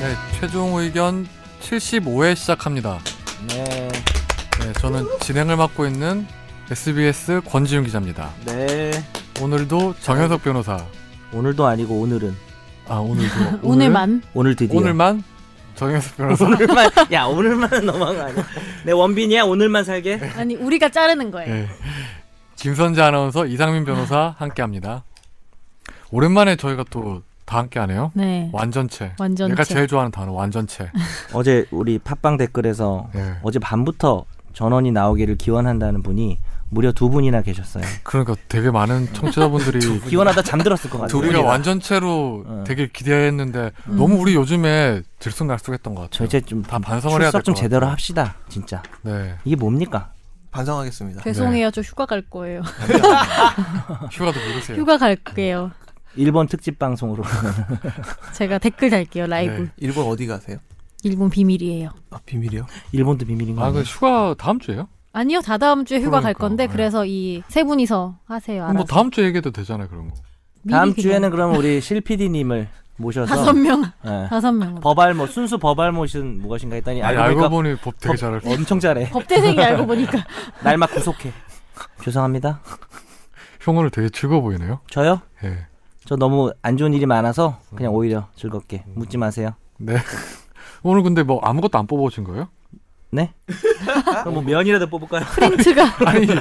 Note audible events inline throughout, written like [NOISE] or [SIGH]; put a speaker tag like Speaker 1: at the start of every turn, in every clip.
Speaker 1: 네, 최종 의견 75회 시작합니다.
Speaker 2: 네.
Speaker 1: 네, 저는 진행을 맡고 있는 SBS 권지윤 기자입니다.
Speaker 2: 네.
Speaker 1: 오늘도 정현석 변호사.
Speaker 2: 오늘도 아니고 오늘은
Speaker 1: 아 [LAUGHS] 오늘도
Speaker 3: 오늘만
Speaker 2: 오늘 드디어
Speaker 1: 오늘만 정현석 변호사.
Speaker 2: 오늘만 야 오늘만은 너무한 거 아니야? 내 원빈이야 오늘만 살게.
Speaker 3: 아니 우리가 자르는 거예요.
Speaker 1: 네. 김선재 아나운서 이상민 변호사 함께합니다. 오랜만에 저희가 또 다 함께하네요.
Speaker 3: 네.
Speaker 1: 완전체.
Speaker 3: 완전체.
Speaker 1: 내가 제일 좋아하는 단어 완전체.
Speaker 2: 어제 우리 팟빵 댓글에서
Speaker 1: 예.
Speaker 2: 어제 밤부터 전원이 나오기를 기원한다는 분이 무려 두 분이나 계셨어요.
Speaker 1: 그러니까 되게 많은 청취자분들이
Speaker 2: 기원하다 잠들었을 것 같아요.
Speaker 1: 우리가 완전체로
Speaker 2: 어.
Speaker 1: 되게 기대했는데
Speaker 3: 음.
Speaker 1: 너무 우리 요즘에 들쑥날쑥했던 것
Speaker 2: 저
Speaker 1: 같아요.
Speaker 2: 이제 좀
Speaker 1: 다 반성을 해야
Speaker 2: 출석 좀
Speaker 1: 될것
Speaker 2: 제대로
Speaker 1: 같아요.
Speaker 2: 합시다. 진짜
Speaker 1: 네.
Speaker 2: 이게 뭡니까?
Speaker 4: 반성하겠습니다.
Speaker 3: 죄송해요. 저 휴가 갈 거예요.
Speaker 1: 휴가도 미루세요.
Speaker 3: 휴가 갈게요.
Speaker 2: 일본 특집 방송으로 [LAUGHS]
Speaker 3: 제가 댓글 달게요. 라이브.
Speaker 1: 네.
Speaker 4: 일본 어디 가세요?
Speaker 3: 일본 비밀이에요.
Speaker 4: 아 비밀이요.
Speaker 2: 일본도 비밀인 거
Speaker 1: 아,
Speaker 2: 아니에요?
Speaker 1: 그 휴가 다음 주예요? 뭐
Speaker 3: 아니요. 다 다음 주에 휴가 갈
Speaker 1: 그러니까,
Speaker 3: 건데
Speaker 1: 네.
Speaker 3: 그래서 이 세 분이서 하세요.
Speaker 2: 네,
Speaker 3: 알아서.
Speaker 1: 뭐 다음 주에 얘기해도 되잖아요, 그런 거. 뭐,
Speaker 3: 미리
Speaker 2: 다음
Speaker 3: 그냥
Speaker 2: 주에는 그럼 우리 실
Speaker 3: [LAUGHS]
Speaker 2: PD님을 모셔서
Speaker 3: 다섯 명
Speaker 1: 네.
Speaker 2: 예.
Speaker 3: 다섯 명.
Speaker 2: 버발모 순수 버발모신 무엇인가 했더니
Speaker 1: 아니,
Speaker 2: 네, 알고,
Speaker 1: 알고
Speaker 2: 보니까 네.
Speaker 1: 보니 법 되게 잘할 수
Speaker 2: 엄청 잘해.
Speaker 3: 법대생이 알고 보니까
Speaker 1: [LAUGHS]
Speaker 2: 날 막 구속해. 죄송합니다.
Speaker 1: 형 오늘 되게 즐거워 보이네요.
Speaker 2: 저요?
Speaker 1: 예.
Speaker 2: 저 너무 안 좋은 일이 많아서 그냥 오히려 즐겁게 묻지 마세요.
Speaker 1: 네. [LAUGHS] 오늘 근데 뭐 아무것도 안 뽑아오신 거예요?
Speaker 2: 네? 그럼 뭐 면이라도 뽑을까요?
Speaker 3: 프린트가
Speaker 1: 아니, [LAUGHS]
Speaker 2: 세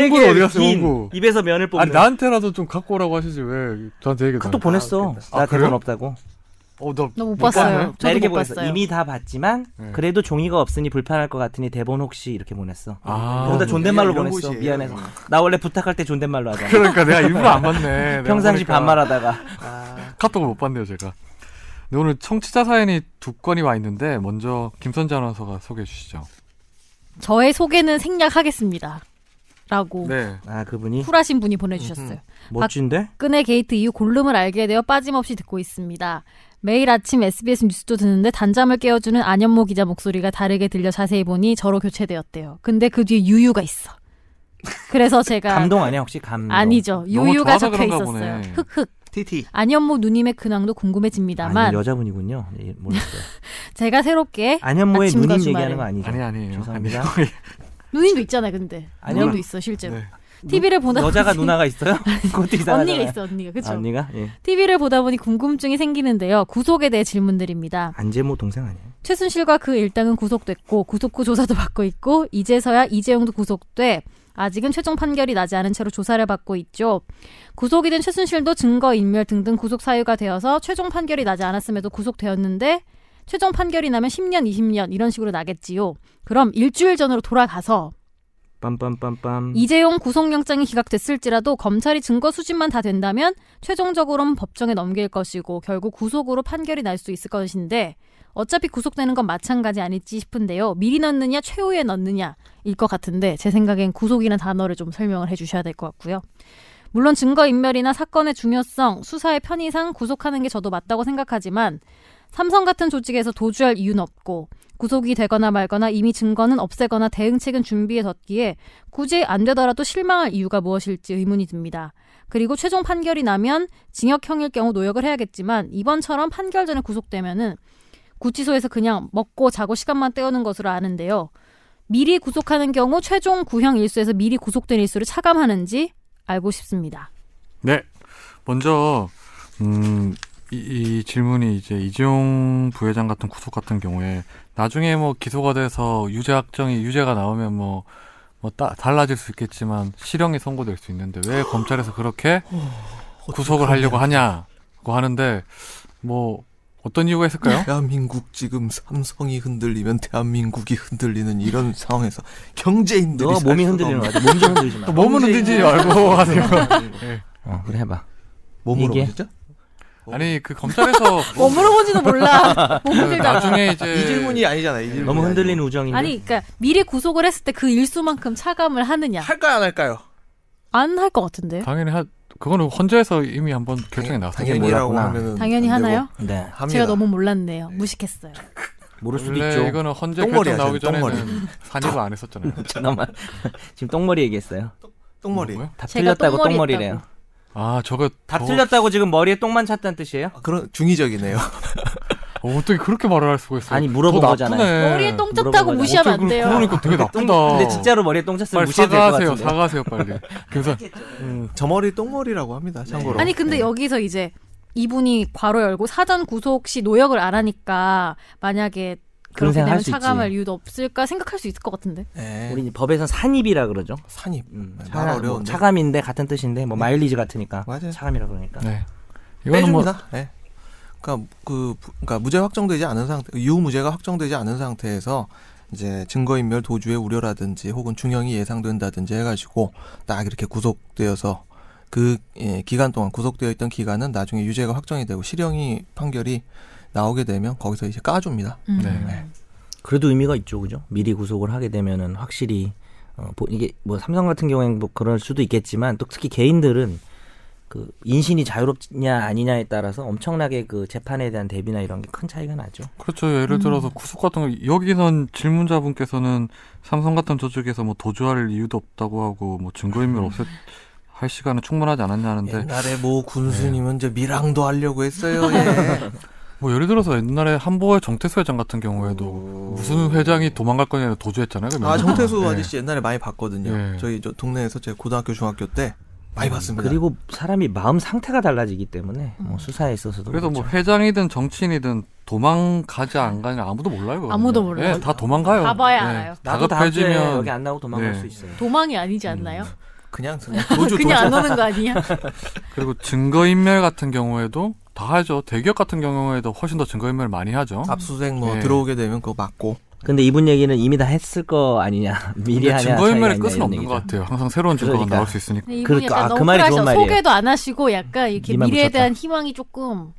Speaker 1: 원고
Speaker 2: 개의
Speaker 1: 어디 갔어요,
Speaker 2: 긴
Speaker 1: 원고?
Speaker 2: 입에서 면을 뽑는.
Speaker 1: 아니, 나한테라도 좀 갖고 오라고 하시지, 왜 저한테 얘기도
Speaker 2: 카톡 보냈어.
Speaker 1: 아,
Speaker 2: 나
Speaker 1: 그래요?
Speaker 2: 대본 없다고.
Speaker 1: 어, 나
Speaker 3: 너못
Speaker 1: 못 봤네.
Speaker 3: 봤어요.
Speaker 2: 나
Speaker 3: 저도
Speaker 2: 이렇게
Speaker 3: 못
Speaker 2: 보냈어.
Speaker 3: 봤어요.
Speaker 2: 이미 다 봤지만
Speaker 1: 네.
Speaker 2: 그래도 종이가 없으니 불편할 것 같으니 대본 혹시 이렇게 보냈어.
Speaker 1: 아,
Speaker 2: 거기다 존댓말로
Speaker 4: 이런
Speaker 2: 보냈어.
Speaker 4: 곳이에요.
Speaker 2: 미안해서. 나 원래 부탁할 때 존댓말로 하잖아.
Speaker 1: 그러니까 내가 일부러 안 봤네. 내가
Speaker 2: [LAUGHS] 평상시
Speaker 1: 보니까.
Speaker 2: 반말하다가.
Speaker 4: 아,
Speaker 1: 카톡을 못 봤네요, 제가. 근데 오늘 청취자 사연이 두 건이 와 있는데 먼저 김선재 아나운서가 소개해 주시죠.
Speaker 3: 저의 소개는 생략하겠습니다. 라고
Speaker 1: 네.
Speaker 2: 아 그분이
Speaker 3: 쿨하신 분이 보내주셨어요.
Speaker 2: 멋진데?
Speaker 3: 박근혜 게이트 이후 골룸을 알게 되어 빠짐없이 듣고 있습니다. 매일 아침 SBS 뉴스도 듣는데 단잠을 깨워주는 안현모 기자 목소리가 다르게 들려 자세히 보니 저로 교체되었대요. 근데 그 뒤에 유유가 있어. 그래서 제가
Speaker 2: 감동 아니야 혹시 감동?
Speaker 3: 아니죠.
Speaker 1: 음, 너무
Speaker 3: 유유가
Speaker 1: 좋아서
Speaker 3: 적혀
Speaker 1: 그런가
Speaker 3: 있었어요.
Speaker 1: 보네.
Speaker 3: 흑흑.
Speaker 4: TT.
Speaker 3: 안현모 누님의 근황도 궁금해집니다만
Speaker 2: 아니, 여자분이군요. 예, 모르겠어요.
Speaker 3: 제가 새롭게
Speaker 2: 안현모의
Speaker 3: 아침과
Speaker 2: 누님
Speaker 3: 주말에.
Speaker 2: 얘기하는 거 아니죠?
Speaker 1: 아니 아니에요. [LAUGHS]
Speaker 2: 죄송합니다.
Speaker 1: 아니에요.
Speaker 3: 누님도 있잖아요. 근데
Speaker 2: 안현모-
Speaker 3: 누님도 있어 실제로.
Speaker 1: 네.
Speaker 3: TV를 보다
Speaker 2: 여자가
Speaker 3: 보니-
Speaker 2: 누나가 있어요? 그것도 이상하잖아요.
Speaker 3: [LAUGHS] 언니가 있어 언니가 그렇죠.
Speaker 2: 아, 언니가? 예.
Speaker 3: TV를 보다 보니 궁금증이 생기는데요. 구속에 대해 질문드립니다.
Speaker 2: 안재모 동생 아니에요?
Speaker 3: 최순실과 그 일당은 구속됐고 구속후 조사도 받고 있고 이제서야 이재용도 구속돼 아직은 최종 판결이 나지 않은 채로 조사를 받고 있죠. 구속이 된 최순실도 증거 인멸 등등 구속 사유가 되어서 최종 판결이 나지 않았음에도 구속되었는데 최종 판결이 나면 10년, 20년 이런 식으로 나겠지요. 그럼 일주일 전으로 돌아가서
Speaker 2: 빰빰빰빰.
Speaker 3: 이재용 구속영장이 기각됐을지라도 검찰이 증거 수집만 다 된다면 최종적으로는 법정에 넘길 것이고 결국 구속으로 판결이 날 수 있을 것인데 어차피 구속되는 건 마찬가지 아닐지 싶은데요. 미리 넣느냐 최후에 넣느냐 일 것 같은데 제 생각엔 구속이라는 단어를 좀 설명을 해주셔야 될 것 같고요. 물론 증거인멸이나 사건의 중요성, 수사의 편의상 구속하는 게 저도 맞다고 생각하지만 삼성 같은 조직에서 도주할 이유는 없고 구속이 되거나 말거나 이미 증거는 없애거나 대응책은 준비해뒀기에 굳이 안 되더라도 실망할 이유가 무엇일지 의문이 듭니다. 그리고 최종 판결이 나면 징역형일 경우 노역을 해야겠지만 이번처럼 판결 전에 구속되면은 구치소에서 그냥 먹고 자고 시간만 때우는 것으로 아는데요. 미리 구속하는 경우 최종 구형 일수에서 미리 구속된 일수를 차감하는지 알고 싶습니다.
Speaker 1: 네. 먼저 음, 이, 이 질문이 이제 이재용 부회장 같은 구속 같은 경우에 나중에 뭐 기소가 돼서 유죄 확정이 유죄가 나오면 뭐 뭐 따- 달라질 수 있겠지만 실형이 선고될 수 있는데 왜 검찰에서 그렇게
Speaker 4: 어,
Speaker 1: 구속을 하려고 하냐고 하는데 뭐 어떤 이유가 있을까요?
Speaker 4: [LAUGHS] 대한민국 지금 삼성이 흔들리면 대한민국이 흔들리는 이런 상황에서 경제인들이
Speaker 2: 너
Speaker 4: 살
Speaker 2: 몸이
Speaker 4: 수가
Speaker 2: 흔들리는 거
Speaker 4: 없는-
Speaker 2: 같아. 몸좀 흔들지 마.
Speaker 1: 몸은 흔들지 말고 하세요.
Speaker 2: 어, 그래 해봐.
Speaker 4: 몸으로
Speaker 2: 이게?
Speaker 4: 보셨죠?
Speaker 1: 아니 그 검찰에서
Speaker 3: 뭐 물어본지도 몰라. 못
Speaker 1: 그
Speaker 3: 들잖아.
Speaker 1: 나중에 이제
Speaker 4: 이 질문이 아니잖아요. 이 질문이
Speaker 2: 네. 너무 흔들리는
Speaker 4: 아니고.
Speaker 2: 우정인데.
Speaker 3: 아니, 그러니까 미리 구속을 했을 때 그 일수만큼 차감을 하느냐?
Speaker 4: 할까요 안 할까요?
Speaker 3: 안 할 것
Speaker 2: 예?
Speaker 3: 같은데.
Speaker 1: 당연히 하 그거는 헌재에서 이미 한번
Speaker 2: 아,
Speaker 1: 결정이 났어요.
Speaker 4: 당연히라고
Speaker 2: 몰랐구나.
Speaker 4: 하면은
Speaker 3: 당연히
Speaker 4: 안 되고
Speaker 3: 하나요?
Speaker 2: 네.
Speaker 4: 합니다.
Speaker 3: 제가 너무 몰랐네요. 무식했어요.
Speaker 2: 모를 수도
Speaker 1: 원래
Speaker 2: 있죠. [LAUGHS]
Speaker 1: 이거는 헌재
Speaker 4: 똥머리야,
Speaker 1: 결정 나오기
Speaker 4: 지금 똥머리.
Speaker 1: 전에는 산입을 안 했었잖아요.
Speaker 2: 잠깐만. 지금 똥머리 얘기했어요.
Speaker 4: 똥머리.
Speaker 1: 뭐야?
Speaker 2: 답
Speaker 3: 제가
Speaker 2: 틀렸다고
Speaker 3: 똥머리
Speaker 2: 똥머리래요.
Speaker 3: 했다고.
Speaker 1: 아 저거
Speaker 2: 답
Speaker 1: 저거
Speaker 2: 틀렸다고 지금 머리에 똥만 찼다는 뜻이에요?
Speaker 4: 아, 그런 중의적이네요.
Speaker 1: 어떻게 그렇게 말을 할 수가 있어요?
Speaker 2: 아니, 물어본
Speaker 1: 더
Speaker 2: 거잖아요.
Speaker 1: 나쁘네.
Speaker 3: 머리에 똥 쳤다고
Speaker 2: 물어보자.
Speaker 1: 어째
Speaker 3: 무시하면 안
Speaker 1: 그러-
Speaker 3: 돼요.
Speaker 1: 그러니까 되게 나쁘다.
Speaker 2: 근데 진짜로 머리에 똥 쳤으면
Speaker 1: 빨리
Speaker 2: 무시해도 될것
Speaker 1: 사과하세요.
Speaker 2: 같은데.
Speaker 1: 사과하세요 빨리.
Speaker 2: [LAUGHS]
Speaker 1: 그래서 음,
Speaker 4: 저 머리 똥머리라고 합니다. 참고로.
Speaker 3: 아니 근데
Speaker 4: 네.
Speaker 3: 여기서 이제 이분이 괄호 열고 사전 구속 시 노역을 안 하니까 만약에
Speaker 2: 그런
Speaker 3: 그렇게
Speaker 2: 생각 할
Speaker 3: 되면
Speaker 2: 수 있지.
Speaker 3: 차감할 이유도 없을까 생각할 수 있을 것 같은데.
Speaker 4: 네.
Speaker 2: 우리 이제 법에선 산입이라 그러죠.
Speaker 4: 산입.
Speaker 2: 음,
Speaker 4: 말
Speaker 2: 차가, 뭐
Speaker 4: 어려운데.
Speaker 2: 차감인데 같은 뜻인데 뭐 마일리지 같으니까
Speaker 4: 맞아요.
Speaker 2: 차감이라 그러니까.
Speaker 1: 네. 이거는 뭐
Speaker 4: 빼줍니다. 예. 그러니까 그 부- 그러니까 무죄 확정되지 않은 상태, 유무죄가 확정되지 않은 상태에서 이제 증거인멸 도주의 우려라든지 혹은 중형이 예상된다든지 해가지고 딱 이렇게 구속되어서 그 예, 기간 동안 구속되어 있던 기간은 나중에 유죄가 확정이 되고 실형이 판결이 나오게 되면 거기서 이제 까줍니다.
Speaker 3: 음.
Speaker 1: 네.
Speaker 2: 그래도 의미가 있죠, 그죠? 미리 구속을 하게 되면은 확실히 어, 보- 이게 뭐 삼성 같은 경우에는 뭐 그럴 수도 있겠지만 또 특히 개인들은 그 인신이 자유롭냐 아니냐에 따라서 엄청나게 그 재판에 대한 대비나 이런 게 큰 차이가 나죠.
Speaker 1: 그렇죠. 예를 들어서
Speaker 3: 음.
Speaker 1: 구속 같은 거 여기선 질문자분께서는 삼성 같은 조직에서 뭐 도주할 이유도 없다고 하고 뭐 증거인멸
Speaker 2: 음.
Speaker 1: 없애 할 시간은 충분하지 않았냐 하는데
Speaker 2: 예.
Speaker 4: 옛날에 뭐 군수님은 이제 밀항도 하려고 했어요. 예.
Speaker 1: 뭐 예를 들어서 옛날에 한보의 정태수 회장 같은 경우에도 무슨 회장이 도망갈 거냐 도주했잖아요. 그
Speaker 4: 아
Speaker 1: 명절
Speaker 4: 정태수
Speaker 1: 때.
Speaker 4: 아저씨 옛날에 많이 봤거든요.
Speaker 1: 예.
Speaker 4: 저희 저 동네에서 제 고등학교 중학교 때 많이 봤습니다.
Speaker 2: 음, 그리고 사람이 마음 상태가 달라지기 때문에 뭐 수사에 있어서도
Speaker 1: 그래서 뭐
Speaker 2: 그렇죠.
Speaker 1: 회장이든 정치인이든 도망가지 안 가냐 아무도 몰라요. 그거는.
Speaker 3: 아무도 몰라요.
Speaker 1: 예, 다 도망가요.
Speaker 3: 가봐야
Speaker 1: 예,
Speaker 3: 알아요.
Speaker 2: 나도 다음 주에
Speaker 1: 다급해지면
Speaker 2: 여기 안 나오고 도망갈
Speaker 1: 네.
Speaker 2: 수 있어요.
Speaker 3: 도망이 아니지 않나요?
Speaker 4: 그냥 그냥
Speaker 2: 음.
Speaker 4: 도주 도주.
Speaker 3: [LAUGHS] 그냥 안 오는 거
Speaker 2: [LAUGHS]
Speaker 3: 아니야?
Speaker 1: 그리고 증거인멸 같은 경우에도 다 하죠. 대기업 같은 경우에도 훨씬 더 증거인멸 많이 하죠.
Speaker 2: 아,
Speaker 4: 압수수색 뭐
Speaker 1: 예.
Speaker 4: 들어오게 되면 그거 맞고
Speaker 2: 근데 이분 얘기는 이미 다 했을 거 아니냐 미리
Speaker 1: 근데
Speaker 2: 하냐
Speaker 1: 증거인멸의
Speaker 2: 차이가 있냐,
Speaker 1: 끝은
Speaker 2: 이런
Speaker 1: 없는
Speaker 2: 얘기죠.
Speaker 1: 것 같아요. 항상 새로운 증거가
Speaker 2: 그러니까.
Speaker 1: 나올 수 있으니까. 네.
Speaker 3: 이분이
Speaker 2: 그러니까,
Speaker 3: 약간
Speaker 2: 아,
Speaker 3: 너무
Speaker 2: 그 말이 좋은
Speaker 3: 쿨하셔.
Speaker 2: 말이에요.
Speaker 3: 소개도 안 하시고 약간 이렇게
Speaker 2: 이만
Speaker 3: 미래에
Speaker 2: 붙였다.
Speaker 3: 대한 희망이 조금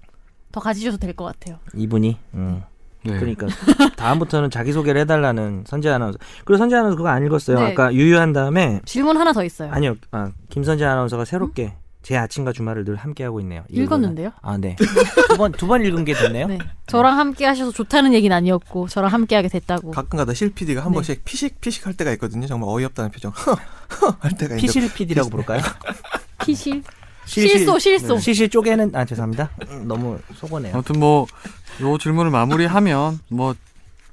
Speaker 3: 더 가지셔도 될 것 같아요.
Speaker 2: 이분이 음.
Speaker 1: 네.
Speaker 2: 그러니까 다음부터는 자기 소개를 해달라는 선재 아나운서. 그리고 선재 아나운서 그거 안 읽었어요.
Speaker 3: 네.
Speaker 2: 아까 유유한 다음에
Speaker 3: 질문 하나 더 있어요.
Speaker 2: 아니요, 아, 김선재 아나운서가 새롭게 제 아침과 주말을 늘 함께 하고 있네요.
Speaker 3: 읽었는데요?
Speaker 2: 아 네. 두 번 두 번 읽은 게 됐네요.
Speaker 3: 네. 저랑 함께 하셔서 좋다는 얘기는 아니었고 저랑 함께 하게 됐다고.
Speaker 4: 가끔가다 실 PD가 한
Speaker 3: 네.
Speaker 4: 번씩 피식 피식 할 때가 있거든요. 정말 어이없다는 표정 [LAUGHS] 할
Speaker 1: 네,
Speaker 4: 때가 있는데
Speaker 2: 피실 PD라고
Speaker 1: [LAUGHS]
Speaker 2: 부를까요? 네.
Speaker 3: 피실. 실소, 실소.
Speaker 2: 실실 쪼개는 아 죄송합니다. 너무 속어네요.
Speaker 1: 아무튼 뭐 요 질문을 마무리하면 뭐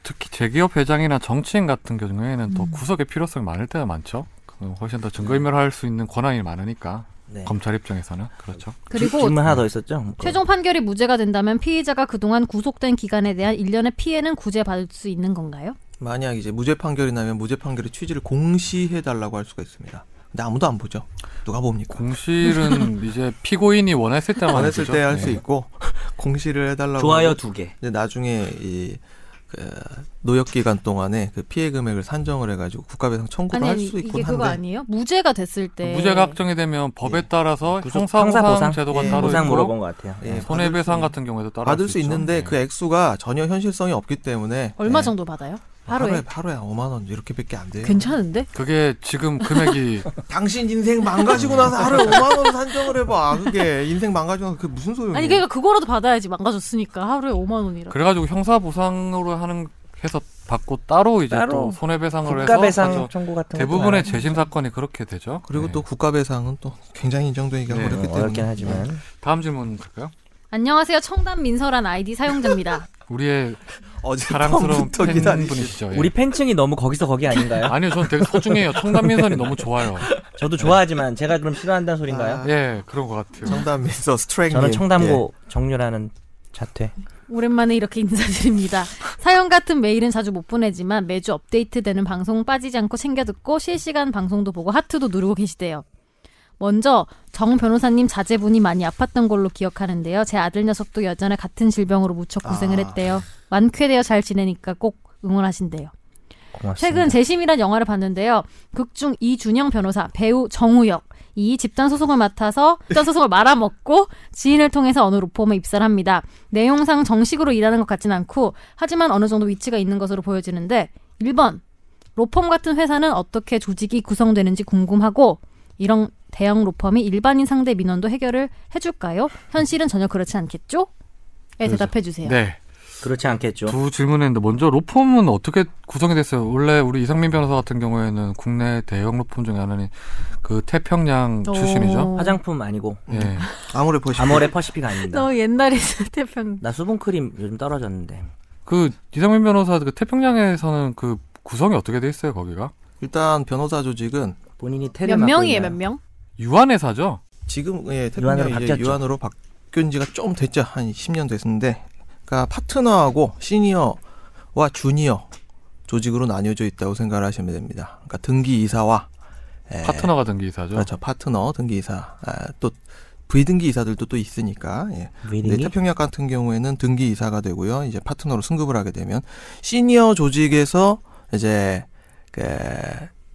Speaker 1: 특히 대기업 회장이나 정치인 같은 경우에는 더 구속의 필요성이 많을 때가 많죠. 그 훨씬 더 증거인멸할 수 있는 권한이 많으니까
Speaker 2: 네.
Speaker 1: 검찰 입장에서는 그렇죠.
Speaker 2: 질-
Speaker 3: 그리고 어,
Speaker 2: 질문 하나 더 있었죠.
Speaker 3: 그렇죠. 최종 판결이 무죄가 된다면 피해자가 그동안 구속된 기간에 대한 일련의 피해는 구제받을 수 있는 건가요?
Speaker 4: 만약 이제 무죄 판결이 나면 무죄 판결의 취지를 공시해 달라고 할 수가 있습니다. 근데 아무도 안 보죠. 누가 봅니까?
Speaker 1: 공실은 이제 피고인이 원했을 때만
Speaker 4: 안 했을
Speaker 1: 하죠.
Speaker 4: 때 할 수
Speaker 1: 네.
Speaker 4: 있고 [LAUGHS] 공시를 해달라고
Speaker 2: 좋아요
Speaker 4: 하고
Speaker 2: 두 개.
Speaker 4: 이제 나중에 이 그, 노역 기간 동안에 그 피해 금액을 산정을 해가지고 국가배상 청구를
Speaker 3: 아니
Speaker 4: 할
Speaker 3: 아니
Speaker 4: 수
Speaker 3: 이게
Speaker 4: 있긴
Speaker 3: 뭐 그거
Speaker 4: 한데
Speaker 3: 아니에요? 무죄가 됐을 때
Speaker 1: 무죄가 확정이 되면 법에 따라서
Speaker 2: 구속-
Speaker 1: 형사
Speaker 2: 형사
Speaker 1: 보상
Speaker 2: 보상?
Speaker 1: 제도가
Speaker 4: 예.
Speaker 1: 따로
Speaker 2: 보상
Speaker 1: 있고
Speaker 2: 물어본 것 같아요.
Speaker 4: 예,
Speaker 1: 손해배상 같은 경우에도 따로
Speaker 4: 받을
Speaker 1: 할
Speaker 4: 수
Speaker 1: 있죠.
Speaker 4: 있는데
Speaker 1: 네.
Speaker 4: 그 액수가 전혀 현실성이 없기 때문에
Speaker 3: 얼마
Speaker 4: 예,
Speaker 3: 정도 네. 받아요?
Speaker 4: 하루에
Speaker 3: 하루에
Speaker 4: 하루에 5만 원 이렇게밖에 안 돼요.
Speaker 3: 괜찮은데?
Speaker 1: 네. 그게 지금 금액이
Speaker 4: 당신 인생 망가지고 나서 [LAUGHS] 하루에 5만 원 산정을 해봐. 그게 인생 망가지고 나서 그게 무슨 소용이야?
Speaker 3: 아니 그러니까 그거라도 받아야지 망가졌으니까 하루에 5만 원이라.
Speaker 1: 그래가지고 형사 보상으로 하는 해서 받고 따로 이제
Speaker 2: 따로
Speaker 1: 또 손해배상을 해서 하죠.
Speaker 2: 국가배상 청구 같은 것도
Speaker 1: 대부분의
Speaker 2: 많아요.
Speaker 1: 재심 사건이 그렇게 되죠.
Speaker 4: 그리고
Speaker 1: 네.
Speaker 4: 또 국가배상은 또 굉장히 인정되기가
Speaker 1: 네,
Speaker 4: 어렵기
Speaker 2: 어,
Speaker 4: 때문에
Speaker 2: 어렵긴 하지만
Speaker 1: 다음 질문 갈까요?
Speaker 3: 안녕하세요 청담 민서란 아이디 사용자입니다.
Speaker 4: [LAUGHS]
Speaker 1: 우리의
Speaker 4: 어제
Speaker 1: 사랑스러운
Speaker 4: 밤부터 기다리시- [LAUGHS]
Speaker 1: 팬분이시죠. 예.
Speaker 2: 우리 팬층이 너무 거기서 거기 아닌가요?
Speaker 1: 아니요, 저는 되게 소중해요. 청담민선이 너무
Speaker 4: [LAUGHS]
Speaker 1: 좋아요.
Speaker 2: 저도 좋아하지만 제가 그럼 싫어한다는 소린가요?
Speaker 4: 아, 예.
Speaker 1: 예, 그런 것 같아요.
Speaker 4: 청담민서 스트랭
Speaker 2: 저는 청담고 정렬하는 자퇴.
Speaker 3: 오랜만에 이렇게 인사드립니다. 사연 같은 메일은 자주 못 보내지만 매주 업데이트되는 방송 빠지지 않고 챙겨 듣고 실시간 방송도 보고 하트도 누르고 계시대요. 먼저 정 변호사님 자제분이 많이 아팠던 걸로 기억하는데요. 제 아들 녀석도 여전히 같은 질병으로 무척 고생을
Speaker 4: 아.
Speaker 3: 했대요. 완쾌되어 잘 지내니까 꼭 응원하신대요.
Speaker 2: 고맙습니다.
Speaker 3: 최근 재심이란 영화를 봤는데요. 극중 이준영 변호사, 배우 정우혁 이 집단 소송을 맡아서 집단 소송을 말아먹고 지인을 통해서 어느 로펌에 입사를 합니다. 내용상 정식으로 일하는 것 같진 않고 하지만 어느 정도 위치가 있는 것으로 보여지는데 1번 로펌 같은 회사는 어떻게 조직이 구성되는지 궁금하고 이런 대형 로펌이 일반인 상대 민원도 해결을 해줄까요? 현실은 전혀 그렇지 않겠죠? 에
Speaker 1: 그래서-
Speaker 3: 대답해 주세요.
Speaker 1: 네.
Speaker 2: 그렇지 않겠죠.
Speaker 1: 두 질문했는데 먼저 로펌은 어떻게 구성이 됐어요? 원래 우리 이상민 변호사 같은 경우에는 국내 대형 로펌 중에 하나인 그 태평양
Speaker 4: 어.
Speaker 1: 출신이죠.
Speaker 2: 화장품 아니고
Speaker 1: 예.
Speaker 4: 음. 아무래 보시
Speaker 2: 아모레 퍼시픽 아닙니다.
Speaker 3: 너 옛날에 [LAUGHS] 태평.
Speaker 2: 나 수분 크림 요즘 떨어졌는데
Speaker 1: 그 이상민 변호사 그 태평양에서는 그 구성이 어떻게 돼 있어요? 거기가
Speaker 4: 일단 변호사 조직은
Speaker 2: 본인이 테를
Speaker 3: 몇 명이에요, 몇 명?
Speaker 1: 유한회사죠.
Speaker 4: 지금
Speaker 2: 유한으로
Speaker 4: 예, 태평양 이제
Speaker 2: 바뀌었죠.
Speaker 4: 유한으로 바뀐 지가 좀 됐죠. 한 10년 됐는데. 그러니까 파트너하고 시니어와 주니어 조직으로 나뉘어져 있다고 생각을 하시면 됩니다. 그러니까 등기 이사와 예,
Speaker 1: 파트너가 된 기사죠.
Speaker 4: 그렇죠. 파트너 등기 이사. 아, 또 비등기 이사들도 또 있으니까. 예. 근데
Speaker 2: 웨딩이
Speaker 4: 태평양 같은 경우에는 등기 이사가 되고요. 이제 파트너로 승급을 하게 되면 시니어 조직에서 이제 그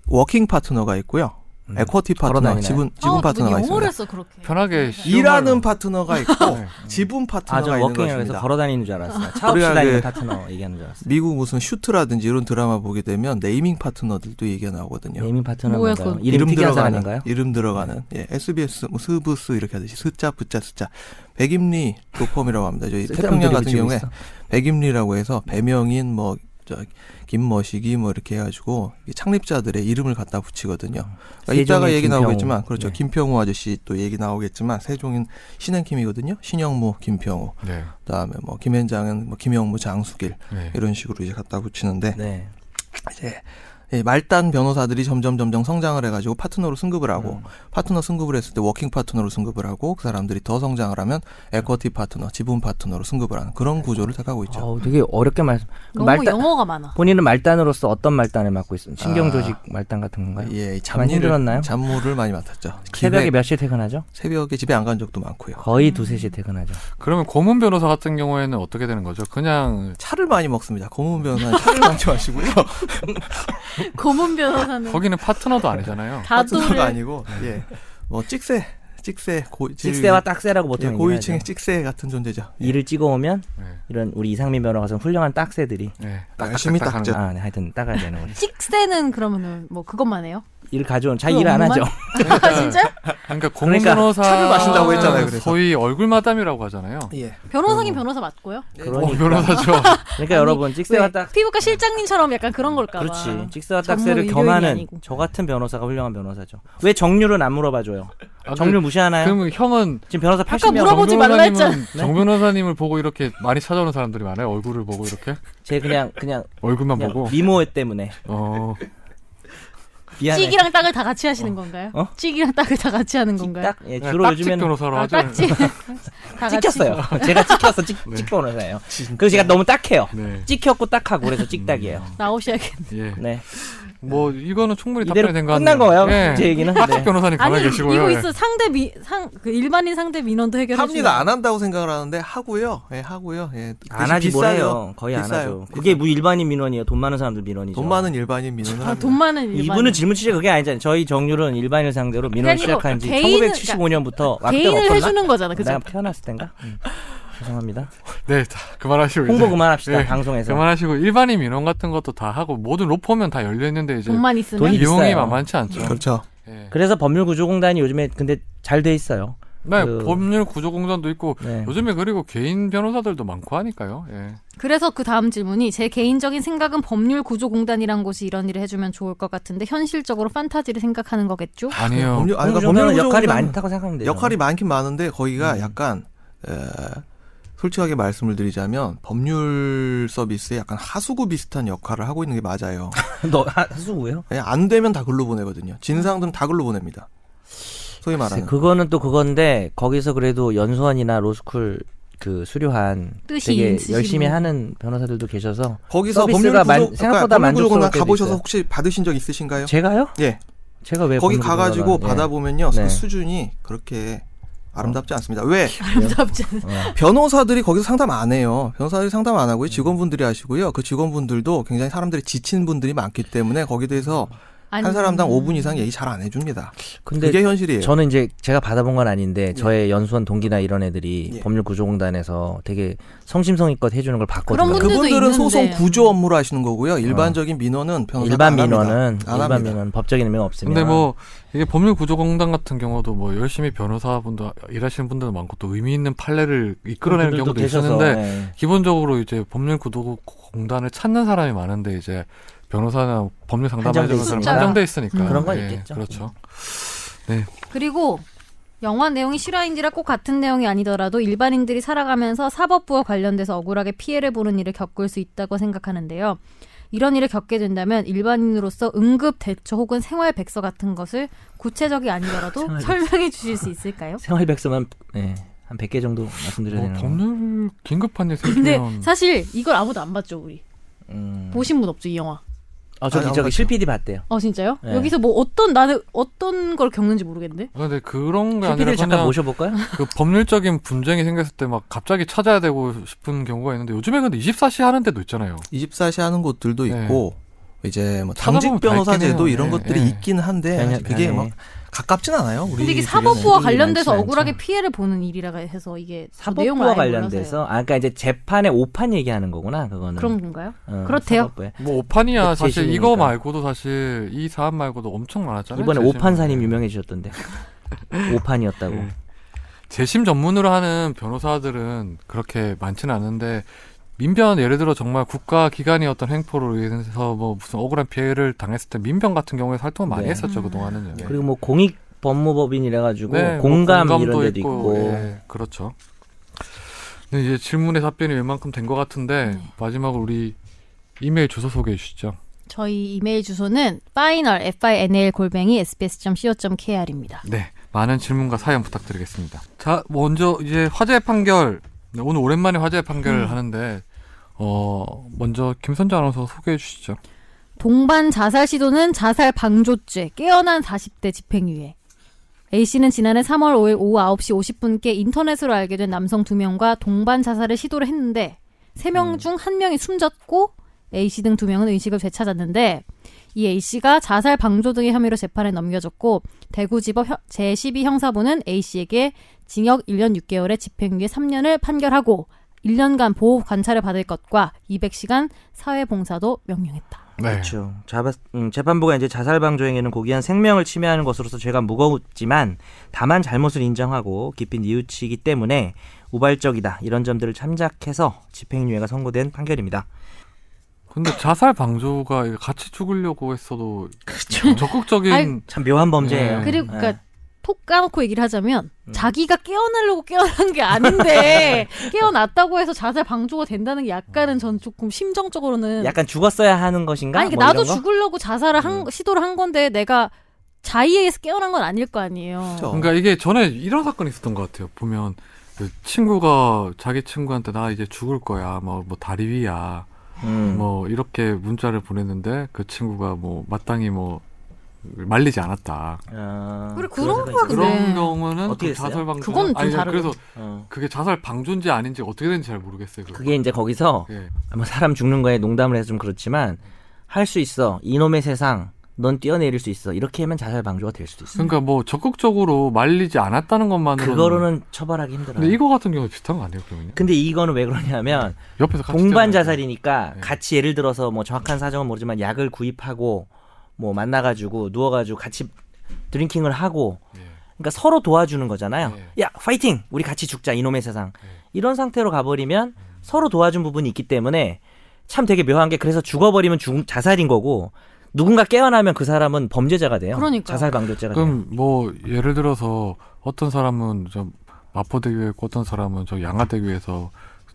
Speaker 4: 워킹 파트너가 있고요.
Speaker 2: 음,
Speaker 4: 에쿼티 파트너,
Speaker 2: 걸어다니나요?
Speaker 4: 지분 지분 파트너가 있습니다.
Speaker 3: 써 그렇게.
Speaker 1: 편하게 쉬운
Speaker 4: 일하는
Speaker 1: 말로-
Speaker 4: [LAUGHS] 파트너가 있고
Speaker 1: 네.
Speaker 4: 지분
Speaker 2: 아저
Speaker 4: 파트너가 있는
Speaker 2: 워킹에서
Speaker 4: 것입니다.
Speaker 2: 걸어다니는 줄 알았어.
Speaker 4: [LAUGHS]
Speaker 2: 차 없이
Speaker 4: 우리가
Speaker 2: 다니는
Speaker 4: 그-
Speaker 2: 파트너 얘기하는 줄
Speaker 4: [LAUGHS]
Speaker 2: 알았어.
Speaker 4: 미국 무슨 슈트라든지 이런 드라마 보게 되면 네이밍 파트너들도 얘기가 나오거든요.
Speaker 2: 네이밍 파트너
Speaker 3: 뭐야,
Speaker 2: 뭔가요?
Speaker 3: 그건?
Speaker 2: 이름, 특이한 사람인가요? 네.
Speaker 4: 이름 들어가는 예, SBS 뭐 스브스 이렇게 하듯이 스자 부자 스자 백임리 로펌이라고 합니다.
Speaker 2: [LAUGHS]
Speaker 4: 저희 태평양 같은 경우에 백임리라고 해서 배명인 뭐 저, 김머시기 뭐 이렇게 해가지고 이 창립자들의 이름을 갖다 붙이거든요. 그러니까 이따가
Speaker 2: 세종의
Speaker 4: 얘기
Speaker 2: 김평우.
Speaker 4: 나오겠지만 그렇죠.
Speaker 2: 네.
Speaker 4: 김평우 아저씨 또 얘기 나오겠지만 세종인 신행킴이거든요. 신영무 김평우
Speaker 1: 네.
Speaker 4: 그다음에 뭐 김현장은 뭐 김영무 장수길
Speaker 1: 네.
Speaker 4: 이런 식으로 이제 갖다 붙이는데
Speaker 2: 네.
Speaker 4: 이제 이 말단 변호사들이 점점 점점 성장을 해가지고 파트너로 승급을 하고
Speaker 2: 음.
Speaker 4: 파트너 승급을 했을 때 워킹 파트너로 승급을 하고 그 사람들이 더 성장을 하면 에쿼티 파트너 지분 파트너로 승급을 하는 그런 구조를 택하고 있죠.
Speaker 2: 어, 되게 어렵게 말씀.
Speaker 3: 너무
Speaker 2: [LAUGHS]
Speaker 3: 영어가 많아.
Speaker 2: 본인은 말단으로서 어떤 말단을 맡고 있습니다. 신경
Speaker 4: 아.
Speaker 2: 조직 말단 같은 건가요?
Speaker 4: 예, 이
Speaker 2: 많이 힘들었나요?
Speaker 4: 잡일을 잡무를 많이 맡았죠.
Speaker 2: 새벽에
Speaker 4: 집에-
Speaker 2: 몇 시에 퇴근하죠?
Speaker 4: 새벽에 집에 안 간 적도 많고요.
Speaker 2: 거의 두세 시에 퇴근하죠.
Speaker 3: 음.
Speaker 1: 그러면 고문 변호사 같은 경우에는 어떻게 되는 거죠? 그냥
Speaker 4: 차를 많이 먹습니다. 고문 변호사는
Speaker 2: [LAUGHS]
Speaker 4: 차를 많이 마시고요.
Speaker 3: 고문 변호사는
Speaker 1: 거기는 파트너도 아니잖아요.
Speaker 3: 다도를
Speaker 4: 파트너가 아니고 예, 뭐 찍새, 찍새 고 제일-
Speaker 2: 찍새와 딱새라고 보통
Speaker 4: 예,
Speaker 2: 얘기하죠.
Speaker 4: 고위층의 찍새 같은 존재죠. 예.
Speaker 2: 일을 찍어오면
Speaker 1: 네.
Speaker 2: 이런 우리 이상민 변호사는 훌륭한 딱새들이
Speaker 1: 네.
Speaker 4: 열심히
Speaker 1: 딱딱딱딱 하는
Speaker 4: 닦죠.
Speaker 2: 아, 네, 하여튼 따가야 되는
Speaker 3: [LAUGHS]
Speaker 2: 거죠.
Speaker 3: 찍새는 그러면은 뭐 그것만 해요?
Speaker 2: 일 가져온 자기
Speaker 3: 그
Speaker 2: 일을 안
Speaker 3: 엄마?
Speaker 2: 하죠.
Speaker 3: 아 진짜?
Speaker 1: 그러니까 고문
Speaker 2: 그러니까
Speaker 1: 변호사
Speaker 4: 차를 마신다고 했잖아요, 그래서.
Speaker 1: 소위 얼굴 마담이라고 하잖아요.
Speaker 2: 네.
Speaker 4: 예.
Speaker 3: 변호사긴 변호사 맞고요.
Speaker 1: 어,
Speaker 2: 그러니까,
Speaker 1: 변호사죠.
Speaker 2: 그러니까 여러분 찍새와
Speaker 3: 왜
Speaker 2: 딱
Speaker 3: 피부과 실장님처럼 약간 그런 걸까 봐.
Speaker 2: 그렇지. 찍새와
Speaker 3: 전문
Speaker 2: 딱새를
Speaker 3: 의료인이
Speaker 2: 겸하는
Speaker 3: 아니고.
Speaker 2: 저 같은 변호사가 훌륭한 변호사죠. 왜 정률은 안 물어봐줘요?
Speaker 1: 아,
Speaker 2: 정률 무시하나요?
Speaker 1: 그러면 형은
Speaker 2: 지금 변호사 80명
Speaker 3: 물어보- 물어보지 말라
Speaker 1: 변호사님은
Speaker 2: 했잖아. 네.
Speaker 1: 정 변호사님을 보고 이렇게 많이 찾아오는 사람들이 많아요. 얼굴을 보고 이렇게
Speaker 2: 제 그냥 그냥,
Speaker 1: 얼굴만
Speaker 2: 그냥
Speaker 1: 보고.
Speaker 2: 미모 때문에
Speaker 1: 어,
Speaker 2: 미안해.
Speaker 3: 찍이랑 딱을 다 같이 하시는 건가요?
Speaker 2: 어?
Speaker 3: 찍이랑 딱을 다 같이 하는 건가요?
Speaker 2: 딱 예, 주로
Speaker 1: 딱지
Speaker 2: 요즘에는
Speaker 1: 변호사로
Speaker 3: 아,
Speaker 1: 하죠. [LAUGHS]
Speaker 3: 딱지. [LAUGHS] 다 같이.
Speaker 2: 찍혔어요. 제가 찍혔어 찍 찍번호사예요.
Speaker 4: 진짜.
Speaker 2: 그래서 제가 너무 딱해요.
Speaker 1: 네,
Speaker 2: 찍혔고 딱하고
Speaker 4: [LAUGHS]
Speaker 2: 그래서 찍딱이에요.
Speaker 4: 음.
Speaker 3: 나오셔야겠네.
Speaker 1: 예.
Speaker 2: 네.
Speaker 1: 뭐 이거는 충분히
Speaker 2: 이대로
Speaker 1: 답변이 된거
Speaker 2: 끝난 거예요. 제 얘기는.
Speaker 1: 박학
Speaker 2: 네.
Speaker 1: 변호사님 가만히
Speaker 3: 아니
Speaker 1: 계시고요.
Speaker 3: 이거
Speaker 1: 예.
Speaker 3: 있어 상대 미상그 일반인 상대 민원도 해결해
Speaker 4: 합니다. 안 한다고 생각을 하는데 하고요. 예, 하고요. 예.
Speaker 2: 안 하지
Speaker 4: 비싸요.
Speaker 2: 뭐예요. 거의 안
Speaker 4: 비싸요.
Speaker 2: 하죠. 그게 뭐 일반인 민원이에요. 돈 많은 사람들 민원이죠.
Speaker 4: 돈 많은 일반인 민원을 합니다.
Speaker 3: 아돈 많은 일반.
Speaker 2: 이분은 질문 취재 그게 아니잖아요. 저희 정률은 일반인을 상대로 민원
Speaker 3: 그게 아니고
Speaker 2: 시작한 지
Speaker 3: 개인은-
Speaker 2: 1975년부터
Speaker 3: 개인을 해주는 거잖아, 그죠?
Speaker 2: 내가 태어났을 땐가? 음. 죄송합니다.
Speaker 1: 네, 자, 그만하시고
Speaker 2: 홍보
Speaker 1: 이제.
Speaker 2: 그만합시다.
Speaker 1: 예.
Speaker 2: 방송에서.
Speaker 1: 그만하시고 일반인 민원 같은 것도 다 하고 모든 로펌은 다 열려 있는데 이제
Speaker 3: 돈만 있으면
Speaker 2: 돈이
Speaker 1: 비용이
Speaker 2: 비싸요.
Speaker 1: 만만치 않죠.
Speaker 4: 그렇죠.
Speaker 1: 예.
Speaker 2: 그래서 법률구조공단이 요즘에 근데 잘 돼 있어요.
Speaker 1: 네,
Speaker 2: 그-
Speaker 1: 법률 구조 공단도 있고
Speaker 2: 네.
Speaker 1: 요즘에 그리고 개인 변호사들도 많고 하니까요. 예.
Speaker 3: 그래서 그 다음 질문이 제 개인적인 생각은 법률구조공단이란 곳이 이런 일을 해주면 좋을 것 같은데 현실적으로 판타지를 생각하는 거겠죠?
Speaker 1: 아니요.
Speaker 4: 법률 아니, 그러니까
Speaker 2: 법률은
Speaker 4: 법률
Speaker 2: 역할이 음.
Speaker 4: 구조는
Speaker 2: 많다고 생각하면 되죠.
Speaker 4: 역할이 많긴 많은데 거기가 약간 에, 솔직하게 말씀을 드리자면 법률 서비스의 약간 하수구 비슷한 역할을 하고 있는
Speaker 2: [LAUGHS]
Speaker 4: 게 맞아요.
Speaker 2: [LAUGHS] 너 하- 하수구예요?
Speaker 4: 예, 안 되면 다 글로 보내거든요. 진상들은 다 글로 보냅니다. 소위 말하는
Speaker 2: 그거는 또 그건데 거기서 그래도 연수원이나 로스쿨 그 수료한
Speaker 3: 뜻이
Speaker 2: 되게
Speaker 3: 있으신
Speaker 2: 열심히
Speaker 3: 분.
Speaker 2: 하는 변호사들도 계셔서
Speaker 4: 거기서 법률
Speaker 2: 서비스가
Speaker 4: 구조
Speaker 2: 만- 생각보다
Speaker 4: 법률 구조
Speaker 2: 만족스러울
Speaker 4: 공단
Speaker 2: 때도
Speaker 4: 가보셔서
Speaker 2: 있어요.
Speaker 4: 혹시 받으신 적 있으신가요?
Speaker 2: 제가요?
Speaker 4: 예.
Speaker 2: 제가 왜
Speaker 4: 거기
Speaker 2: 법률
Speaker 4: 가가지고
Speaker 2: 구조공단- 예.
Speaker 4: 받아보면요
Speaker 2: 네. 어.
Speaker 4: 그 수준이 그렇게 아름답지 않습니다.
Speaker 2: [LAUGHS]
Speaker 4: 왜
Speaker 3: 아름답지 않아.
Speaker 2: 예.
Speaker 4: [LAUGHS] 변호사들이 거기서 상담 안 해요. 변호사들이 상담 안 하고요. 직원분들이 하시고요. 그 직원분들도 굉장히 사람들이 지친 분들이 많기 때문에 거기에 대해서
Speaker 3: 아니, 음.
Speaker 4: 한 사람당 5분 이상 얘기 잘 안 해줍니다.
Speaker 2: 근데
Speaker 4: 그게 현실이에요.
Speaker 2: 저는 이제 제가 받아본 건 아닌데 저의 연수원 동기나 이런 애들이
Speaker 4: 예.
Speaker 2: 법률구조공단에서 되게 성심성의껏 해주는 걸 봤거든요.
Speaker 3: 그런 분들도
Speaker 4: 그분들은 소송
Speaker 3: 있는데.
Speaker 4: 구조 업무를 하시는 거고요. 일반적인 민원은 변호사
Speaker 2: 일반
Speaker 4: 안 합니다.
Speaker 2: 민원은
Speaker 4: 안
Speaker 2: 일반
Speaker 4: 합니다.
Speaker 2: 민원 법적인 의미가 없으면
Speaker 1: 근데 뭐 이게 법률구조공단 같은 경우도 뭐 열심히 변호사분도 일하시는 분들도 많고 또 의미 있는 판례를 이끌어내는
Speaker 2: 분들도
Speaker 1: 경우도
Speaker 2: 계셔서,
Speaker 1: 있었는데
Speaker 2: 예.
Speaker 1: 기본적으로 이제 법률구조공단을 찾는 사람이 많은데 이제 변호사나 법률 상담을
Speaker 2: 한정돼
Speaker 1: 해주는 사람
Speaker 3: 있으니까.
Speaker 1: 한정돼 있으니까
Speaker 3: 음.
Speaker 2: 그런 건
Speaker 1: 예,
Speaker 2: 있겠죠.
Speaker 1: 그렇죠.
Speaker 3: 그리고 영화 내용이 실화인지라 꼭 같은 내용이 아니더라도 일반인들이 살아가면서 사법부와 관련돼서 억울하게 피해를 보는 일을 겪을 수 있다고 생각하는데요. 이런 일을 겪게 된다면 일반인으로서 응급 대처 혹은 생활 백서 같은 것을 구체적이 아니더라도
Speaker 2: 생활
Speaker 3: 설명해 주실 수 있을까요?
Speaker 2: 생활 백서만 예, 한 100개 정도 말씀드려야
Speaker 1: 뭐
Speaker 2: 되나?
Speaker 1: 법률 긴급한 일
Speaker 3: 근데
Speaker 1: 생기면
Speaker 3: 사실 이걸 아무도 안 봤죠 우리
Speaker 2: 음.
Speaker 3: 보신 분 없죠 이 영화.
Speaker 2: 어, 저기
Speaker 4: 아니, 아무것도
Speaker 2: 저기 실PD 봤대요.
Speaker 3: 어 진짜요?
Speaker 2: 네.
Speaker 3: 여기서 뭐 어떤 나는 어떤 걸 겪는지 모르겠는데.
Speaker 1: 아, 근데 그런 게 아니라
Speaker 2: 실PD를 잠깐
Speaker 1: 그냥
Speaker 2: 모셔볼까요?
Speaker 1: 그 법률적인 분쟁이 생겼을 때 막 갑자기 찾아야 되고 싶은 경우가 있는데 요즘에 근데 24시 하는 데도 있잖아요.
Speaker 4: 24시 하는 곳들도
Speaker 1: 네.
Speaker 4: 있고 이제 뭐
Speaker 1: 찾아보면
Speaker 4: 당직 변호사
Speaker 1: 밝긴 해요.
Speaker 4: 제도 이런
Speaker 1: 예,
Speaker 4: 것들이
Speaker 2: 네.
Speaker 1: 예.
Speaker 4: 있긴 한데
Speaker 2: 변-
Speaker 4: 네, 아직 그게 뭐
Speaker 2: 변-
Speaker 4: 막 가깝진 않아요. 우리
Speaker 3: 근데 이게
Speaker 4: 주변에.
Speaker 3: 사법부와
Speaker 2: 일이
Speaker 3: 관련돼서
Speaker 2: 많지 않죠.
Speaker 3: 억울하게 피해를 보는 일이라 해서 이게 내용을
Speaker 2: 사법부와
Speaker 3: 아예
Speaker 2: 관련돼서 아 그러니까 이제 재판의 오판 얘기하는 거구나 그거는.
Speaker 3: 몰라서요. 그런 건가요?
Speaker 2: 어,
Speaker 3: 그렇대요.
Speaker 2: 사법부에.
Speaker 1: 뭐
Speaker 2: 네,
Speaker 1: 오판이야 사실
Speaker 2: 재심이니까.
Speaker 1: 이거 말고도 사실 이 사안 말고도 엄청 많았잖아요.
Speaker 2: 이번에
Speaker 1: 재심.
Speaker 2: 오판사님 유명해지셨던데.
Speaker 1: [LAUGHS]
Speaker 2: 오판이었다고.
Speaker 1: 네. 재심 전문으로 하는 변호사들은 그렇게 많지는 않은데 민변 예를 들어 정말 국가 기관의 어떤 행포로 인해서 뭐 무슨 억울한 피해를 당했을 때 민변 같은 경우에 활동을 많이
Speaker 2: 네.
Speaker 1: 했었죠
Speaker 3: 음.
Speaker 1: 그 동안은요.
Speaker 2: 그리고 뭐 공익 법무법인이라 가지고
Speaker 1: 네, 뭐
Speaker 2: 공감
Speaker 1: 공감도
Speaker 2: 이런 데도 있고.
Speaker 1: 예, 그렇죠. 네, 이제 질문의 답변이 웬만큼 된 것 같은데 마지막으로 우리 이메일 주소 소개해 주시죠.
Speaker 3: 저희 이메일 주소는 final final 골뱅이 sbs.co.kr입니다.
Speaker 1: 네, 많은 질문과 사연 부탁드리겠습니다. 자, 먼저 이제 화재 판결 네, 오늘 오랜만에 화재 판결을 하는데 어 먼저 김선재 아나운서 소개해 주시죠.
Speaker 3: 동반 자살 시도는 자살 방조죄, 깨어난 40대 집행유예. A 씨는 지난해 3월 5일 오후 9시 50분께 인터넷으로 알게 된 남성 두 명과 동반 자살을 시도를 했는데 세 명 중 한 명이 숨졌고 A 씨 등 두 명은 의식을 되찾았는데 이 A 씨가 자살 방조 등의 혐의로 재판에 넘겨졌고 대구지법 혀- 제12 형사부는 A 씨에게 징역 1년 6개월에 집행유예 3년을 판결하고 1년간 보호 관찰을 받을 것과 200시간 사회봉사도 명령했다.
Speaker 1: 네.
Speaker 2: 그렇죠. 자바, 음, 재판부가 이제 자살 방조행위는 고귀한 생명을 침해하는 것으로서 죄가 무거웠지만 다만 잘못을 인정하고 깊이 뉘우치기 때문에 우발적이다 이런 점들을 참작해서 집행유예가 선고된 판결입니다.
Speaker 1: 근데 자살 방조가 같이 죽으려고 했어도 그렇죠. 적극적인
Speaker 3: 아이,
Speaker 2: 참 묘한 범죄예요.
Speaker 1: 네.
Speaker 3: 그리고
Speaker 2: 네.
Speaker 3: 그러니까 톡 까놓고 얘기를 하자면 자기가 깨어나려고 깨어난 게 아닌데 깨어났다고 해서 자살 방조가 된다는 게 약간은 전 조금 심정적으로는
Speaker 2: 약간 죽었어야 하는 것인가?
Speaker 3: 아니
Speaker 2: 뭐
Speaker 3: 나도
Speaker 2: 이런 거?
Speaker 3: 죽으려고 자살을 한 시도를 한 건데 내가 자의에서 깨어난 건 아닐 거 아니에요.
Speaker 4: 그렇죠.
Speaker 1: 그러니까 이게 전에 이런 사건이 있었던 것 같아요. 보면 그 친구가 자기 친구한테 나 이제 죽을 거야. 뭐, 뭐 다리 위야.
Speaker 2: 음.
Speaker 1: 뭐 이렇게 문자를 보냈는데 그 친구가 뭐 마땅히 뭐 말리지 않았다.
Speaker 2: 아,
Speaker 3: 그래, 그런
Speaker 2: 그런
Speaker 3: 거야,
Speaker 2: 생각이
Speaker 3: 근데.
Speaker 1: 그런 경우는
Speaker 2: 어떻게
Speaker 1: 그
Speaker 2: 됐어요?
Speaker 1: 자살 방조
Speaker 3: 그건 좀 다르죠.
Speaker 1: 그래서
Speaker 2: 있어요. 어.
Speaker 1: 그게 자살 방조인지 아닌지 어떻게 되는지 잘 모르겠어요. 그거.
Speaker 2: 그게 이제 거기서
Speaker 1: 예.
Speaker 2: 뭐 사람 죽는 거에 농담을 해서 좀 그렇지만 할 수 있어 이놈의 세상 넌 뛰어내릴 수 있어 이렇게 하면 자살 방조가 될 수도 있어.
Speaker 1: 그러니까 뭐 적극적으로 말리지 않았다는 것만으로는
Speaker 2: 그거로는 처벌하기 힘들어.
Speaker 1: 근데 이거 같은 경우 비슷한 거 아니에요, 그러면?
Speaker 2: 근데 이거는 왜 그러냐면
Speaker 1: 옆에서 같이 뛰어다니고.
Speaker 2: 동반 자살이니까
Speaker 1: 네.
Speaker 2: 같이 예를 들어서 뭐 정확한 사정은 모르지만 약을 구입하고 뭐 만나가지고 누워가지고 같이 드링킹을 하고
Speaker 1: 예.
Speaker 2: 그러니까 서로 도와주는 거잖아요.
Speaker 1: 네.
Speaker 2: 야 파이팅 우리 같이 죽자 이놈의 세상
Speaker 1: 예.
Speaker 2: 이런 상태로 가버리면
Speaker 1: 음.
Speaker 2: 서로 도와준 부분이 있기 때문에 참 되게 묘한 게 그래서 죽어버리면 죽 자살인 거고 누군가 깨어나면 그 사람은 범죄자가 돼요.
Speaker 3: 그러니까요.
Speaker 2: 자살 방조죄가 돼요.
Speaker 1: 그럼 뭐 예를 들어서 어떤 사람은 저 마포대교에 있고 어떤 사람은 저 양화대교에서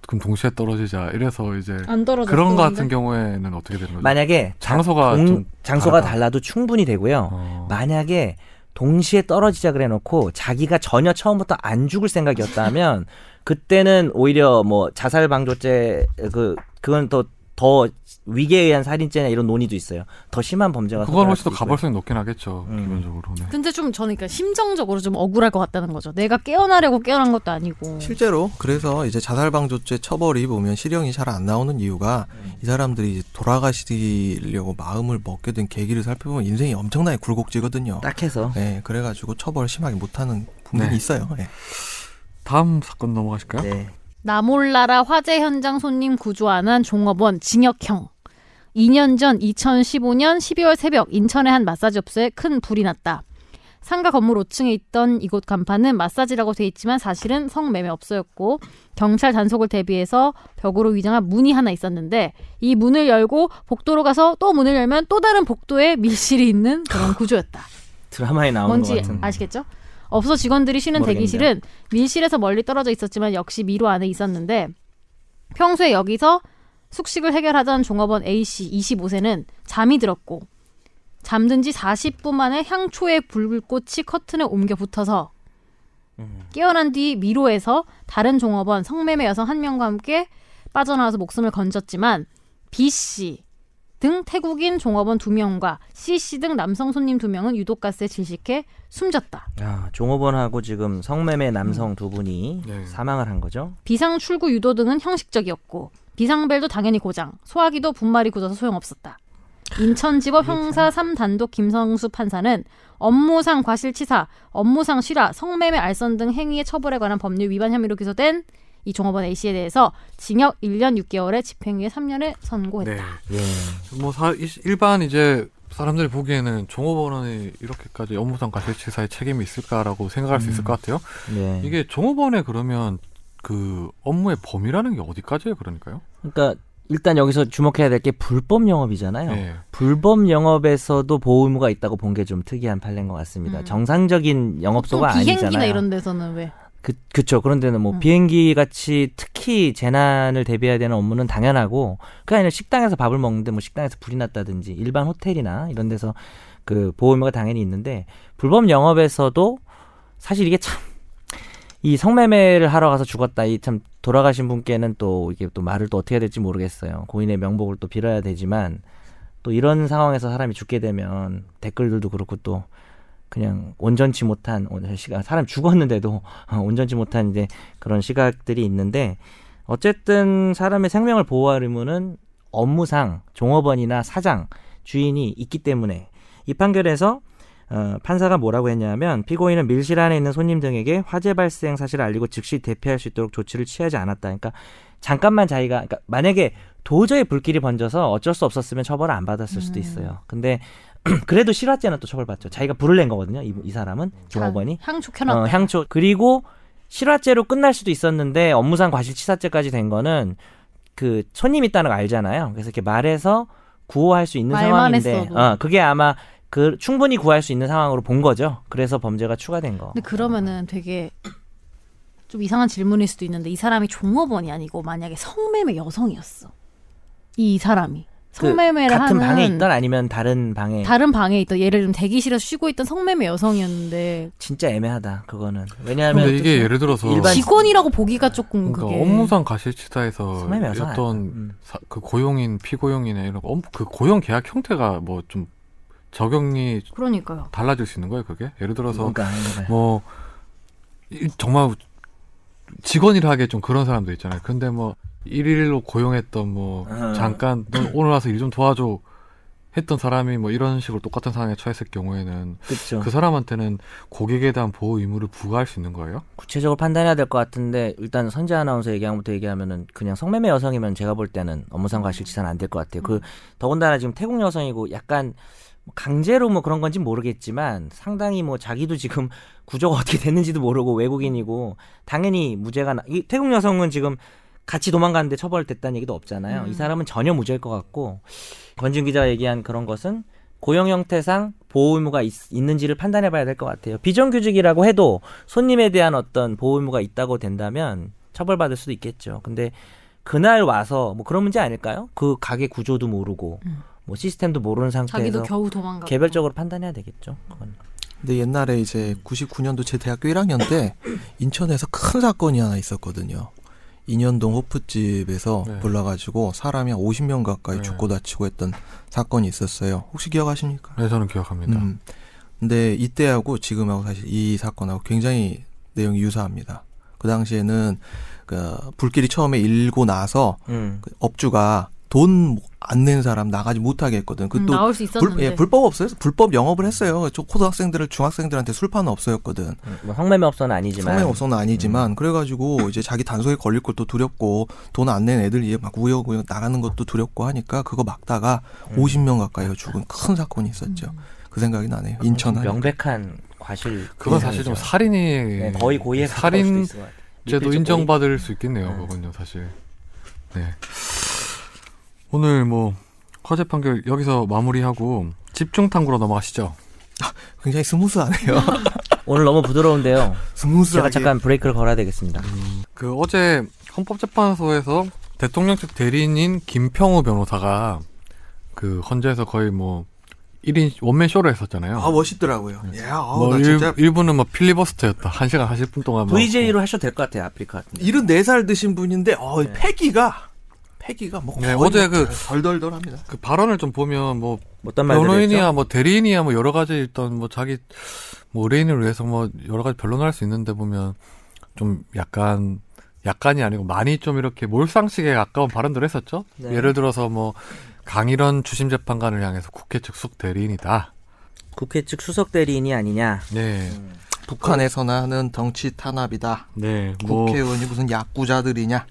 Speaker 1: 그럼 동시에 떨어지자 이래서 이제
Speaker 3: 안 아, 떨어졌어.
Speaker 1: 그런 거 같은 경우에는 어떻게 되는 거죠?
Speaker 2: 만약에
Speaker 1: 장소가
Speaker 2: 동-
Speaker 1: 좀
Speaker 2: 장소가
Speaker 1: 다르다.
Speaker 2: 달라도 충분히 되고요.
Speaker 1: 어.
Speaker 2: 만약에 동시에 떨어지자 그래놓고 자기가 전혀 처음부터 안
Speaker 1: [LAUGHS]
Speaker 2: 죽을 생각이었다면 그때는 오히려 뭐 자살 방조죄 그 그건 또 더 위계에 의한 살인죄나 이런 논의도 있어요. 더 심한 범죄가
Speaker 1: 그건
Speaker 2: 성립할
Speaker 1: 훨씬 더
Speaker 2: 수도 있고요.
Speaker 1: 가벌성이 높긴 하겠죠.
Speaker 2: 네. 음.
Speaker 1: 기본적으로. 네.
Speaker 3: 근데 좀 저는 그러니까 심정적으로 좀 억울할 것 같다는 거죠. 내가 깨어나려고 깨어난 것도 아니고.
Speaker 4: 실제로 그래서 이제 자살방조죄 처벌이 보면 실형이 잘 안 나오는 이유가 이 사람들이 이제 돌아가시려고 마음을 먹게 된 계기를 살펴보면 인생이 엄청나게 굴곡지거든요.
Speaker 1: [LAUGHS]
Speaker 2: 딱 해서
Speaker 4: 네, 그래가지고 처벌 심하게 못하는 부분이
Speaker 1: 네.
Speaker 4: 있어요. 예.
Speaker 1: 다음 사건 넘어가실까요?
Speaker 2: 네.
Speaker 3: 나몰라라 화재 현장 손님 구조 안 한 종업원 징역형. 2년 전 2015년 12월 새벽 인천의 한 마사지 업소에 큰 불이 났다. 상가 건물 5층에 있던 이곳 간판은 마사지라고 돼 있지만 사실은 성매매 업소였고 경찰 단속을 대비해서 벽으로 위장한 문이 하나 있었는데 이 문을 열고 복도로 가서 또 문을 열면 또 다른 복도에 밀실이 있는 그런 구조였다.
Speaker 2: 드라마에 나오는 것
Speaker 3: 뭔지
Speaker 2: 같은.
Speaker 3: 아시겠죠? 업소 직원들이 쉬는
Speaker 2: 모르겠네요.
Speaker 3: 대기실은 밀실에서 멀리 떨어져 있었지만 역시 미로 안에 있었는데 평소에 여기서 숙식을 해결하던 종업원 A씨 25세는 잠이 들었고 잠든 지 40분 만에 향초의 불꽃이 커튼에 옮겨 붙어서
Speaker 2: 음.
Speaker 3: 깨어난 뒤 미로에서 다른 종업원 성매매 여성 한 명과 함께 빠져나와서 목숨을 건졌지만 B씨 등 태국인 종업원 두명과 C씨 등 남성 손님 두명은 유독가스에 질식해 숨졌다.
Speaker 2: 아, 종업원하고 지금 성매매
Speaker 3: 음.
Speaker 2: 남성 두 분이
Speaker 1: 네.
Speaker 2: 사망을 한 거죠.
Speaker 3: 비상 출구 유도 등은 형식적이었고 비상벨도 당연히 고장, 소화기도 분말이 굳어서 소용없었다. 인천지법 형사 3단독 김성수 판사는 업무상 과실치사, 업무상 실화, 성매매 알선 등 행위의 처벌에 관한 법률 위반 혐의로 기소된 이 종업원 A씨에 대해서 징역 1년 6개월에 집행유예 3년을 선고했다.
Speaker 1: 네.
Speaker 2: 예.
Speaker 1: 뭐 사, 이- 일반 이제 사람들이 보기에는 종업원이 이렇게까지 업무상 과실치사의 책임이 있을까라고 생각할 수 있을 것 같아요.
Speaker 2: 음. 네.
Speaker 1: 이게 종업원에 그러면 그 업무의 범위라는 게 어디까지예요, 그러니까요?
Speaker 2: 그러니까 일단 여기서 주목해야 될 게 불법 영업이잖아요.
Speaker 1: 예.
Speaker 2: 불법 영업에서도 보호 의무가 있다고 본 게 좀 특이한 판례인 것 같습니다.
Speaker 3: 음.
Speaker 2: 정상적인
Speaker 3: 또
Speaker 2: 영업소가
Speaker 3: 비행기나
Speaker 2: 아니잖아요.
Speaker 3: 이런 데서는 왜?
Speaker 2: 그 그쵸. 그런데는 뭐
Speaker 3: 음.
Speaker 2: 비행기 같이 특히 재난을 대비해야 되는 업무는 당연하고 그 아니라 식당에서 밥을 먹는데 뭐 식당에서 불이 났다든지 일반 호텔이나 이런 데서 그 보호 의무가 당연히 있는데 불법 영업에서도 사실 이게 참. 이 성매매를 하러 가서 죽었다. 이 참 돌아가신 분께는 또 이게 또 말을 또 어떻게 해야 될지 모르겠어요. 고인의 명복을 또 빌어야 되지만 또 이런 상황에서 사람이 죽게 되면 댓글들도 그렇고 또 그냥 온전치 못한 온- 시각 사람 죽었는데도 온전치 어, 못한 이제 그런 시각들이 있는데 어쨌든 사람의 생명을 보호할 의무는 업무상 종업원이나 사장 주인이 있기 때문에 이 판결에서 어, 판사가 뭐라고 했냐면 피고인은 밀실 안에 있는 손님 등에게 화재 발생 사실을 알리고 즉시 대피할 수 있도록 조치를 취하지 않았다. 그러니까 잠깐만 자기가 그러니까 만약에 도저히 불길이 번져서 어쩔 수 없었으면 처벌을 안 받았을 수도 있어요. 근데 [CLEARS THROAT] 그래도 실화죄는 또 처벌받죠. 자기가 불을 낸 거거든요. 이, 이 사람은 종업원이
Speaker 3: 향초 켜놨다.
Speaker 2: 어, 향초 그리고 실화죄로 끝날 수도 있었는데 업무상 과실치사죄까지 된 거는 그 손님 있다는 거 알잖아요. 그래서 이렇게 말해서 구호할 수 있는
Speaker 3: 말만
Speaker 2: 상황인데,
Speaker 3: 했어도.
Speaker 2: 어, 그게 아마 그 충분히 구할 수 있는 상황으로 본 거죠. 그래서 범죄가 추가된 거.
Speaker 3: 근데 그러면은 되게 좀 이상한 질문일 수도 있는데 이 사람이 종업원이 아니고 만약에 성매매 여성이었어. 이 사람이
Speaker 2: 그
Speaker 3: 성매매를
Speaker 2: 같은
Speaker 3: 하는
Speaker 2: 방에 있던 아니면 다른 네. 방에
Speaker 3: 다른 방에 있던 예를 들면 대기실에서 쉬고 있던 성매매 여성이었는데
Speaker 2: 진짜 애매하다. 그거는
Speaker 1: 근데
Speaker 2: 왜냐하면
Speaker 1: 이게 예를 들어서
Speaker 2: 일반
Speaker 3: 직원이라고 보기가 조금
Speaker 1: 그러니까
Speaker 3: 음, 그게
Speaker 1: 업무상 가실치사에서
Speaker 2: 성매매 여성
Speaker 1: 어떤
Speaker 2: 아니야? 음.
Speaker 1: 사- 그 고용인 피고용인의 이런 거, 업무- 그 고용 계약 형태가 뭐 좀 적용이
Speaker 3: 그러니까요.
Speaker 1: 달라질 수 있는 거예요, 그게? 예를 들어서
Speaker 2: 뭔가 아닌 거예요.
Speaker 1: 뭐 이- 정말 직원이라 하기에 좀 그런 사람도 있잖아요. 근데 뭐 일일로 고용했던 뭐
Speaker 2: 어.
Speaker 1: 잠깐 넌 오늘 와서 일 좀 도와줘 했던 사람이 뭐 이런 식으로 똑같은 상황에 처했을 경우에는
Speaker 2: 그쵸.
Speaker 1: 그 사람한테는 고객에 대한 보호 의무를 부과할 수 있는 거예요?
Speaker 2: 구체적으로 판단해야 될 것 같은데 일단 선재 아나운서 얘기부터 얘기하면은 그냥 성매매 여성이면 제가 볼 때는 업무상 과실치사는 안 될 것 같아요. 그 더군다나 지금 태국 여성이고 약간 뭐 강제로 뭐 그런 건지 모르겠지만 상당히 뭐 자기도 지금 [LAUGHS] 구조가 어떻게 됐는지도 모르고 외국인이고 당연히 무죄가 나. 이 태국 여성은 지금 같이 도망갔는데 처벌됐다는 얘기도 없잖아요.
Speaker 3: 음.
Speaker 2: 이 사람은 전혀 무죄일 것 같고 권진 기자가 얘기한 그런 것은 고용 형태상 보호 의무가 있, 는지를 판단해 봐야 될 것 같아요. 비정규직이라고 해도 손님에 대한 어떤 보호 의무가 있다고 된다면 처벌받을 수도 있겠죠. 근데 그날 와서 뭐 그런 문제 아닐까요? 그 가게 구조도 모르고
Speaker 3: 음.
Speaker 2: 뭐 시스템도 모르는
Speaker 3: 자기도
Speaker 2: 상태에서
Speaker 3: 겨우 도망가.
Speaker 2: 개별적으로 판단해야 되겠죠. 그건.
Speaker 4: 근데 옛날에 이제 99년도 제 대학교 1학년 때 인천에서 큰 사건이 하나 있었거든요. 인현동 호프집에서
Speaker 1: 네.
Speaker 4: 불러가지고 사람이 한 50명 가까이
Speaker 1: 네.
Speaker 4: 죽고 다치고 했던 사건이 있었어요. 혹시 기억하십니까?
Speaker 1: 네, 저는 기억합니다.
Speaker 4: 음. 근데 이때하고 지금하고 사실 이 사건하고 굉장히 내용이 유사합니다. 그 당시에는 그 불길이 처음에 일고 나서
Speaker 2: 음.
Speaker 4: 그 업주가 돈 안 낸 사람 나가지 못하게 했거든.
Speaker 3: 음,
Speaker 4: 그또
Speaker 3: 나올 수 있었는데.
Speaker 4: 불, 예, 불법 없어요. 불법 영업을 했어요. 저 고등학생들을 중학생들한테 술판은 없어였거든.
Speaker 2: 뭐 성매매 업소는 아니지만
Speaker 4: 성매매 없어는 아니지만 그래가지고 이제 자기 단속에 걸릴 것도 두렵고 돈 안 낸 애들 이제 막 우여곡여 나가는 것도 두렵고 하니까 그거 막다가 50명 가까이가 죽은 큰 사건이 있었죠.
Speaker 3: 음.
Speaker 4: 그 생각이 나네요. 인천 한
Speaker 2: 명백한 과실
Speaker 1: 그건 사실 좀
Speaker 2: 이상이죠.
Speaker 1: 살인이
Speaker 2: 네, 거의 고의에 가까울 수도
Speaker 1: 살인
Speaker 2: 있을 것 같아요.
Speaker 1: 죄도
Speaker 2: 미필적
Speaker 1: 인정받을 수 있겠네요.
Speaker 2: 네.
Speaker 1: 그건요 사실. 네. 오늘 뭐 화재 판결 여기서 마무리하고 집중 탐구로 넘어가시죠.
Speaker 4: 굉장히 스무스하네요.
Speaker 2: 고의. 오늘 너무 부드러운데요. 제가
Speaker 4: [LAUGHS] 스무스하게.
Speaker 2: 잠깐 브레이크를 걸어야 되겠습니다.
Speaker 1: 그 어제 헌법재판소에서 대통령 측 대리인인 김평우 변호사가 그 헌재에서 거의 뭐 1인 원맨 쇼를 했었잖아요.
Speaker 4: 아 멋있더라고요. 예, 아우,
Speaker 1: 뭐
Speaker 4: 나
Speaker 1: 일,
Speaker 4: 진짜
Speaker 1: 일부는 뭐 필리버스터였다. 1시간 40분 동안
Speaker 2: 음.
Speaker 1: 뭐 막
Speaker 2: VJ로 하셔도 될 것 같아요. 아프리카 같은. 데.
Speaker 4: 74살 드신 분인데 어,
Speaker 2: 네.
Speaker 4: 이 패기가 패기가 뭐
Speaker 1: 네,
Speaker 4: 거의
Speaker 1: 어제 그-
Speaker 4: 덜덜덜합니다.
Speaker 1: 그 발언을 좀 보면 뭐
Speaker 2: 어떤 말을 했죠?
Speaker 1: 변호인이야 뭐 대리인이야 뭐 여러 가지 일단 뭐 자기 뭐 의뢰인을 위해서 뭐 여러 가지 변론을 할 수 있는데 보면 좀 약간 약간이 아니고 많이 좀 이렇게 몰상식에 가까운 발언들을 했었죠.
Speaker 2: 네.
Speaker 1: 예를 들어서 뭐 강일원 주심 재판관을 향해서 국회 측속 대리인이다.
Speaker 2: 국회 측 수석 대리인이 아니냐.
Speaker 1: 네.
Speaker 2: 음.
Speaker 4: 북한에서나 하는 정치 탄압이다.
Speaker 1: 네. 뭐
Speaker 4: 국회의원이 무슨 약구자들이냐?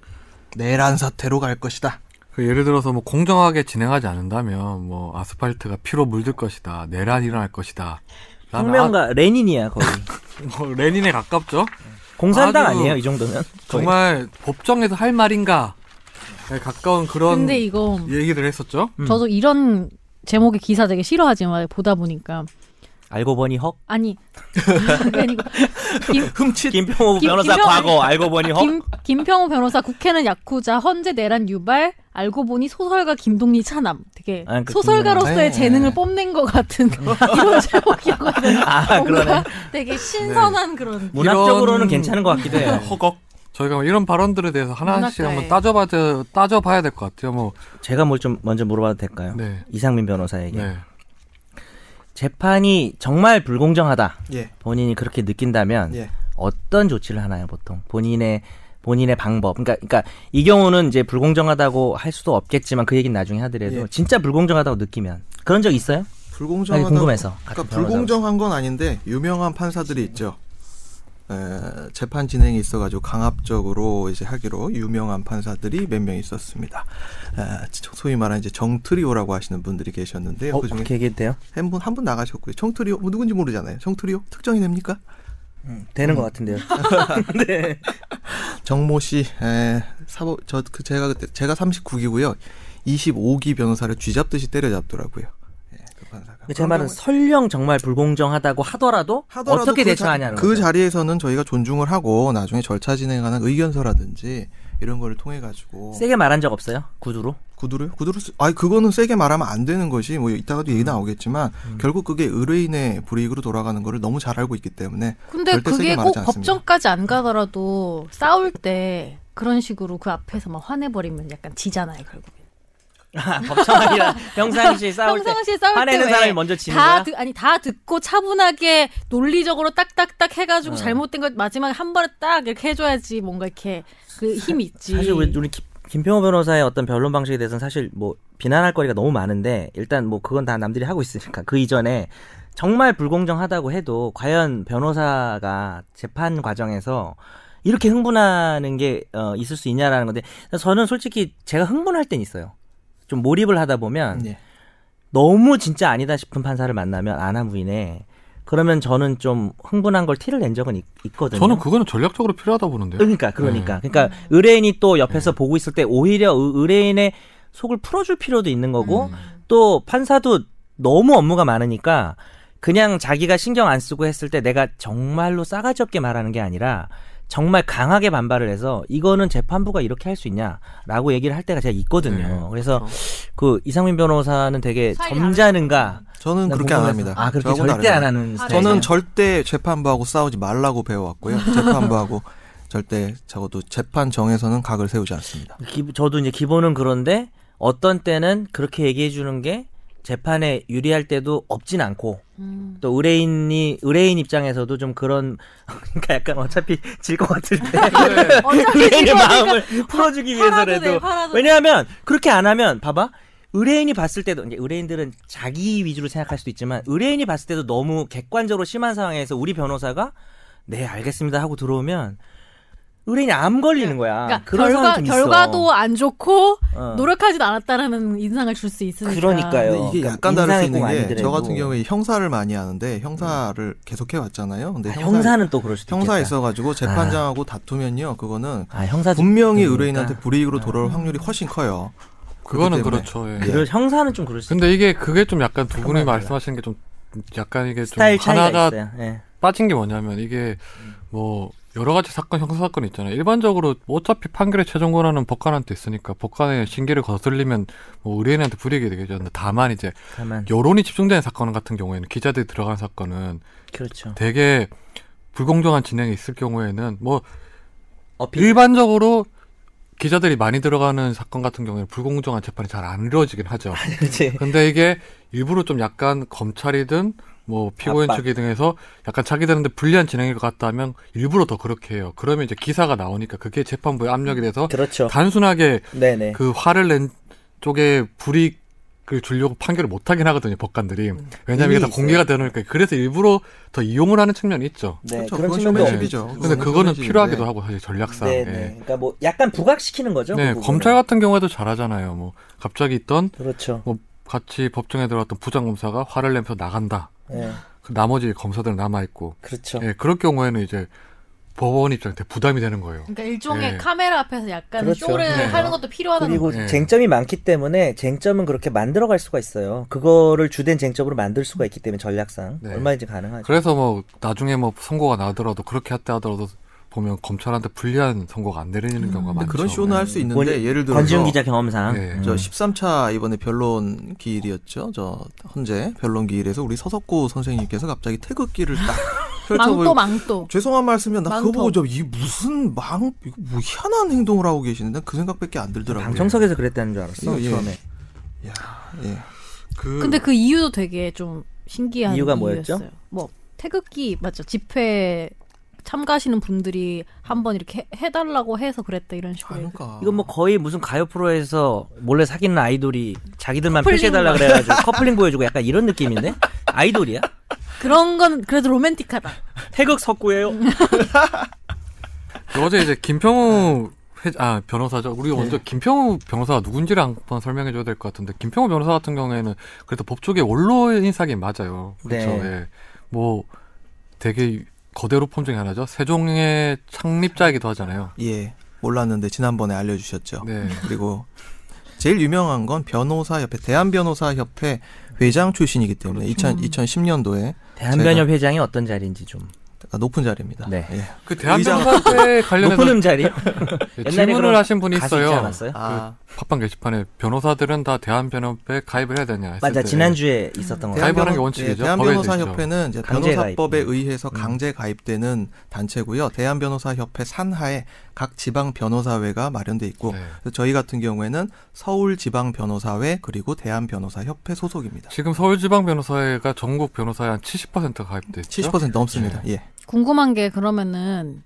Speaker 4: 내란 사태로 갈 것이다.
Speaker 1: 그 예를 들어서 뭐 공정하게 진행하지 않는다면 뭐 아스팔트가 피로 물들 것이다. 내란이 일어날 것이다. 나는
Speaker 2: 혁명가 레닌이야 거의.
Speaker 1: 아- 뭐 레닌에 가깝죠.
Speaker 2: 공산당
Speaker 1: 아주-
Speaker 2: 아니에요 이 정도면? 거의.
Speaker 1: 정말 법정에서 할 말인가? 에 가까운 그런
Speaker 3: 근데 이거
Speaker 1: 얘기를 했었죠.
Speaker 2: 음.
Speaker 3: 저도 이런 제목의 기사 되게 싫어하지만 보다 보니까
Speaker 2: 알고 보니 헉.
Speaker 3: 아니 [LAUGHS] 그게 아니고 김,
Speaker 2: 흠칫. 김평호
Speaker 3: 김-
Speaker 2: 변호사
Speaker 3: 김평호-
Speaker 2: 과거 알고 보니 헉.
Speaker 3: 김, 김평호 변호사 국회는 야쿠자 헌재 내란 유발 알고 보니 소설가 김동리 차남 되게
Speaker 2: 아, 그
Speaker 3: 소설가로서의
Speaker 4: 김동리.
Speaker 3: 재능을 뽐낸 것
Speaker 2: [LAUGHS]
Speaker 3: 같은 이런 제목이었거든요.
Speaker 2: 아 그러네. 네. 뭐
Speaker 3: 뭔가 되게 신선한 그런
Speaker 2: 문학적으로는
Speaker 1: 이런-
Speaker 2: 괜찮은 것 같기도 해요.
Speaker 1: 네. 허걱. 저희가 뭐 이런 발언들에 대해서 하나씩
Speaker 3: 문학가에.
Speaker 1: 한번 따져봐야 따져봐야 될 것 같아요. 뭐
Speaker 2: [LAUGHS] 제가 뭘 좀 먼저 물어봐도 될까요?
Speaker 1: 네.
Speaker 2: 이상민 변호사에게
Speaker 1: 네.
Speaker 2: 재판이 정말 불공정하다.
Speaker 4: 예,
Speaker 2: 본인이 그렇게 느낀다면
Speaker 4: 예.
Speaker 2: 어떤 조치를 하나요 보통 본인의 본인의 방법 그러니까 그러니까 이 경우는 이제 불공정하다고 할 수도 없겠지만 그 얘기는 나중에 하더라도
Speaker 4: 예.
Speaker 2: 진짜 불공정하다고 느끼면 그런 적 있어요? 아니,
Speaker 4: 불공정하다.
Speaker 2: 궁금해서 같은
Speaker 4: 그러니까
Speaker 2: 변호사로서.
Speaker 4: 불공정한 건 아닌데 유명한 판사들이 있죠. 에, 재판 진행이 있어가지고 강압적으로 이제 하기로 유명한 판사들이 몇 명 있었습니다. 에, 소위 말하는 이제 정트리오라고 하시는 분들이 계셨는데요.
Speaker 2: 어,
Speaker 4: 그 중에
Speaker 2: 그렇게 얘기해도 돼요?
Speaker 4: 한 분 한 분 나가셨고요. 정트리오 뭐 누군지 모르잖아요. 정트리오 특정이 됩니까?
Speaker 2: 되는 것 [LAUGHS] 같은데요. 네.
Speaker 4: 정모 씨, 에, 사법 저 그 제가 그때 제가 39기고요. 25기 변호사를 쥐잡듯이 때려잡더라고요. 예, 그 판사가.
Speaker 2: 제 말은 설령 정말 불공정하다고 하더라도,
Speaker 4: 하더라도
Speaker 2: 어떻게
Speaker 4: 그
Speaker 2: 대처하냐는
Speaker 4: 자, 그
Speaker 2: 거죠.
Speaker 4: 자리에서는 저희가 존중을 하고 나중에 절차 진행하는 의견서라든지 이런 거를 통해 가지고
Speaker 2: 세게 말한 적 없어요?
Speaker 4: [LAUGHS]
Speaker 2: 구두로?
Speaker 4: 구두로요? 구두로 쓰... 아니 그거는 세게 말하면 안 되는 것이 뭐 이따가도
Speaker 2: 음.
Speaker 4: 얘기 나오겠지만 결국 그게 의뢰인의 불이익으로 돌아가는 거를 너무 잘 알고 있기 때문에
Speaker 3: 근데
Speaker 4: 절대
Speaker 3: 그게
Speaker 4: 세게
Speaker 3: 꼭
Speaker 4: 말하지 않습니다.
Speaker 3: 법정까지 안 가더라도 싸울 때 그런 식으로 그 앞에서 막 화내버리면 약간 지잖아요 결국.
Speaker 2: 아, 법정이랑
Speaker 3: [LAUGHS]
Speaker 2: 평상시에 싸울 때
Speaker 3: 평상시에 싸울
Speaker 2: 화내는
Speaker 3: 때
Speaker 2: 사람이
Speaker 3: 왜
Speaker 2: 먼저 지는
Speaker 3: 다
Speaker 2: 거야?
Speaker 3: 듣- 아니 다 듣고 차분하게 논리적으로 딱딱딱 해가지고
Speaker 2: 어.
Speaker 3: 잘못된 것 마지막에 한 번에 딱 이렇게 해줘야지 뭔가 이렇게 그 힘이 있지.
Speaker 2: 사실 우리, 우리 김- 김평호 변호사의 어떤 변론 방식에 대해서는 사실 뭐 비난할 거리가 너무 많은데 일단 뭐 그건 다 남들이 하고 있으니까 그 이전에 정말 불공정하다고 해도 과연 변호사가 재판 과정에서 이렇게 흥분하는 게 어, 있을 수 있냐라는 건데 저는 솔직히 제가 흥분할 땐 있어요. 좀 몰입을 하다 보면
Speaker 4: 예.
Speaker 2: 너무 진짜 아니다 싶은 판사를 만나면 안 하고 인해 그러면 저는 좀 흥분한 걸 티를 낸 적은 있, 거든요
Speaker 1: 저는 네. 그거는 전략적으로 필요하다 보는데요.
Speaker 2: 그러니까 그러니까 그러니까 의뢰인이 또
Speaker 1: 네.
Speaker 2: 옆에서 보고 있을 때 오히려 의- 의뢰인의 속을 풀어줄 필요도 있는 거고
Speaker 1: 음.
Speaker 2: 또 판사도 너무 업무가 많으니까 그냥 자기가 신경 안 쓰고 했을 때 내가 정말로 싸가지 없게 말하는 게 아니라 정말 강하게 반발을 해서 이거는 재판부가 이렇게 할 수 있냐라고 얘기를 할 때가 제가 있거든요.
Speaker 1: 네,
Speaker 2: 그래서 그 이상민 변호사는 되게
Speaker 3: 사이
Speaker 2: 점잖은가
Speaker 4: 저는
Speaker 2: 난
Speaker 4: 그렇게 안
Speaker 2: 궁금해서.
Speaker 4: 합니다.
Speaker 2: 아 그렇게
Speaker 4: 저하고는
Speaker 2: 절대
Speaker 4: 다릅니다.
Speaker 2: 안 하는
Speaker 3: 아,
Speaker 2: 스타일이에요.
Speaker 4: 저는 절대 재판부하고 싸우지 말라고 배워왔고요. 재판부하고 절대 적어도 재판 정에서는 각을 세우지 않습니다.
Speaker 2: 기- 저도 이제 기본은 그런데 어떤 때는 그렇게 얘기해 주는 게 재판에 유리할 때도 없진 않고
Speaker 3: 음.
Speaker 2: 또 의뢰인이 의뢰인 입장에서도 좀 그런 [LAUGHS] 그러니까 약간 어차피 질 것 같을 때
Speaker 1: 네.
Speaker 3: 어차피
Speaker 2: 의뢰인의
Speaker 3: 이거
Speaker 2: 마음을 [LAUGHS] 풀어주기
Speaker 3: 화라도 내
Speaker 2: 위해서라도
Speaker 3: 화라도 내.
Speaker 2: 왜냐하면 그렇게 안 하면 봐봐 의뢰인이 봤을 때도 이제 의뢰인들은 자기 위주로 생각할 수도 있지만 의뢰인이 봤을 때도 너무 객관적으로 심한 상황에서 우리 변호사가 네 알겠습니다 하고 들어오면 의뢰인이 암 걸리는 거야.
Speaker 3: 그러니까
Speaker 2: 아, 그런
Speaker 3: 결과
Speaker 2: 상황 좀 있어.
Speaker 3: 결과도 안 좋고
Speaker 2: 어.
Speaker 3: 노력하지도 않았다라는 인상을 줄 수 있으니까.
Speaker 2: 그러니까요.
Speaker 4: 근데 이게
Speaker 2: 그러니까
Speaker 4: 약간 다를 수
Speaker 2: 인상이 꼭
Speaker 4: 있는 게
Speaker 2: 아니더라도.
Speaker 4: 저 같은 경우에 형사를 많이 하는데 형사를 계속해 왔잖아요. 근데
Speaker 2: 아,
Speaker 4: 형사
Speaker 2: 형사는 또 그럴 수도
Speaker 4: [LAUGHS] 형사에
Speaker 2: 있겠다.
Speaker 4: 있어가지고 재판장하고 다투면요, 그거는
Speaker 2: 아 형사
Speaker 4: 분명히
Speaker 2: 그러니까.
Speaker 4: 의뢰인한테 불이익으로 돌아올 확률이 훨씬 커요.
Speaker 1: 그거는
Speaker 4: 그렇기
Speaker 1: 그렇죠.
Speaker 4: 때문에.
Speaker 1: 예.
Speaker 4: 예.
Speaker 2: 그럴- 형사는 좀 그럴 수.
Speaker 1: 근데 이게 그게 좀 약간 두 분이
Speaker 2: 정말 달라.
Speaker 1: 말씀하시는 게 좀 약간 이게 좀
Speaker 2: 스타일 차이가
Speaker 1: 하나가
Speaker 2: 있어요. 예.
Speaker 1: 빠진 게 뭐냐면 이게 뭐 여러 가지 사건 형사 사건 있잖아요. 일반적으로 어차피 판결의 최종 권한은 법관한테 있으니까 법관의 신기를 거슬리면 뭐 의뢰인한테 불이익이 되겠죠. 근데 다만 이제
Speaker 2: 다만
Speaker 1: 여론이 집중되는 사건 같은 경우에는 기자들이 들어간 사건은
Speaker 2: 그렇죠.
Speaker 1: 되게 불공정한 진행이 있을 경우에는 뭐
Speaker 2: 어필.
Speaker 1: 일반적으로 기자들이 많이 들어가는 사건 같은 경우에는 불공정한 재판이 잘 안 이루어지긴 하죠.
Speaker 2: [LAUGHS] 그렇지.
Speaker 1: [LAUGHS] 근데 이게 일부러 좀 약간 검찰이든 뭐 피고인
Speaker 2: 압박.
Speaker 1: 측이 등에서 약간 자기들한테 불리한 진행일 것 같다면 일부러 더 그렇게 해요. 그러면 이제 기사가 나오니까 그게 재판부의 압력이 돼서
Speaker 2: 그렇죠.
Speaker 1: 단순하게
Speaker 2: 네네.
Speaker 1: 그 화를 낸 쪽에 불이익을 주려고 판결을 못 하긴 하거든요 법관들이.
Speaker 2: 음.
Speaker 1: 왜냐면 이게
Speaker 2: 의미
Speaker 1: 다
Speaker 2: 있어요.
Speaker 1: 공개가 되니까 그래서 일부러 더 이용을 하는 측면이 있죠.
Speaker 2: 네,
Speaker 4: 그렇죠.
Speaker 2: 그런
Speaker 4: 그건
Speaker 2: 측면도
Speaker 1: 쇼맨십이-
Speaker 2: 없죠.
Speaker 4: 쇼맨십이죠.
Speaker 1: 근데 그거는
Speaker 4: 쇼맨십인데.
Speaker 1: 필요하기도 하고 사실 전략상.
Speaker 2: 네,
Speaker 1: 예.
Speaker 2: 네. 그러니까 뭐 약간 부각시키는 거죠.
Speaker 1: 네,
Speaker 2: 그 부분을.
Speaker 1: 검찰 같은 경우에도 잘하잖아요. 뭐 갑자기 있던 뭐
Speaker 2: 그렇죠.
Speaker 1: 같이 법정에 들어왔던 부장검사가 화를 내면서 나간다.
Speaker 2: 예.
Speaker 1: 그 나머지 검사들은 남아 있고.
Speaker 2: 그렇죠.
Speaker 1: 예, 그럴 경우에는 이제 법원 입장한테 부담이 되는 거예요.
Speaker 3: 그러니까 일종의
Speaker 1: 예.
Speaker 3: 카메라 앞에서 약간
Speaker 2: 그렇죠.
Speaker 3: 쇼를
Speaker 1: 네.
Speaker 3: 하는 것도 필요하다는
Speaker 2: 그리고
Speaker 1: 예.
Speaker 2: 쟁점이 많기 때문에 쟁점은 그렇게 만들어갈 수가 있어요. 그거를 주된 쟁점으로 만들 수가 있기 때문에 전략상
Speaker 1: 네.
Speaker 2: 얼마든지 가능하죠.
Speaker 1: 그래서 뭐 나중에 뭐 선고가 나더라도 그렇게 했다 하더라도 보면 검찰한테 불리한 선고가 안 내리는 경우가 많죠.
Speaker 4: 근데 그런 쇼는 할 수 있는데
Speaker 2: 음. 권-
Speaker 4: 예를 들어서
Speaker 2: 뭐 권지훈 기자 경험상
Speaker 1: 예.
Speaker 4: 저
Speaker 2: 음.
Speaker 4: 13차 이번에 변론 기일이었죠. 저 헌재 변론 기일에서 우리 서석구 선생님께서 갑자기 태극기를 딱
Speaker 2: [LAUGHS]
Speaker 3: 망또
Speaker 4: 펼쳐보고
Speaker 3: 망또.
Speaker 4: 죄송한 말씀이면 나 그거
Speaker 3: 망토.
Speaker 4: 보고 저이 무슨 망 이거 뭐 희한한 행동을 하고 계시는데 그 생각밖에 안 들더라고요.
Speaker 2: 방청석에서 그랬다는 줄 알았어
Speaker 4: 예, 예.
Speaker 2: 처음에.
Speaker 4: 야, 예.
Speaker 1: 그
Speaker 3: 근데 그 이유도 되게 좀 신기한
Speaker 2: 이유가 뭐였죠?
Speaker 3: 이유였어요. 뭐 태극기 맞죠? 집회 참가하시는 분들이 한번 이렇게 해, 달라고 해서 그랬다 이런 식으로. 얘기.
Speaker 4: 그러니까
Speaker 2: 이건 뭐 거의 무슨 가요 프로에서 몰래 사귀는 아이돌이 자기들만
Speaker 3: 커플링
Speaker 2: 표시해달라 그래가지고 커플링 보여주고 약간 이런 느낌인데 아이돌이야?
Speaker 3: 그런 건 그래도 로맨틱하다.
Speaker 2: 태극 석구예요.
Speaker 1: 예. 어제 이제 김평우
Speaker 4: 네.
Speaker 1: 회, 아 변호사죠. 우리가 먼저 김평우 변호사가 누군지를 한번 설명해 줘야 될 것 같은데 김평우 변호사 같은 경우에는 그래도 법 쪽에 원로인사긴 맞아요. 그렇죠.
Speaker 2: 네.
Speaker 1: 예. 뭐 되게 거대 로펌 중에 하나죠. 세종의 창립자이기도 하잖아요.
Speaker 4: 예 몰랐는데 지난번에 알려주셨죠.
Speaker 1: 네.
Speaker 4: 그리고 제일 유명한 건 변호사 협회 대한 변호사 협회 회장 출신이기 때문에
Speaker 1: 그렇죠.
Speaker 4: 2000, 2010년도에
Speaker 2: 대한변협 회장이 어떤 자리인지 좀.
Speaker 4: 높은 자리입니다.
Speaker 2: 네.
Speaker 4: 예.
Speaker 1: 그 대한
Speaker 4: 의장.
Speaker 1: 변호사에 관련해서
Speaker 2: 높은 자리요?
Speaker 1: 예,
Speaker 2: 옛날에
Speaker 1: 질문을
Speaker 2: 그런
Speaker 1: 하신 분이
Speaker 2: 가수
Speaker 1: 있어요.
Speaker 2: 있지 않았어요?
Speaker 4: 아,
Speaker 1: 팟빵 게시판에 변호사들은 다 대한 변협에 가입을 해야 되냐 했을
Speaker 2: 맞아
Speaker 1: 때
Speaker 2: 지난주에 있었던 거.
Speaker 1: 대한- 가입하는 게
Speaker 4: 변호-
Speaker 1: 그 원칙이죠.
Speaker 4: 예,
Speaker 1: 법에
Speaker 4: 대한변호사협회는 이제
Speaker 2: 강제
Speaker 4: 변호사법에
Speaker 2: 가입.
Speaker 4: 의해서 강제 가입되는 단체고요. 대한변호사협회 산하에 각 지방 변호사회가 마련돼 있고
Speaker 1: 네.
Speaker 4: 그래서 저희 같은 경우에는 서울 지방 변호사회 그리고 대한변호사협회 소속입니다.
Speaker 1: 지금 서울지방 변호사회가 전국 변호사의 한 70% 가입돼 있죠.
Speaker 4: 70% 넘습니다. 예.
Speaker 3: 궁금한 게 그러면은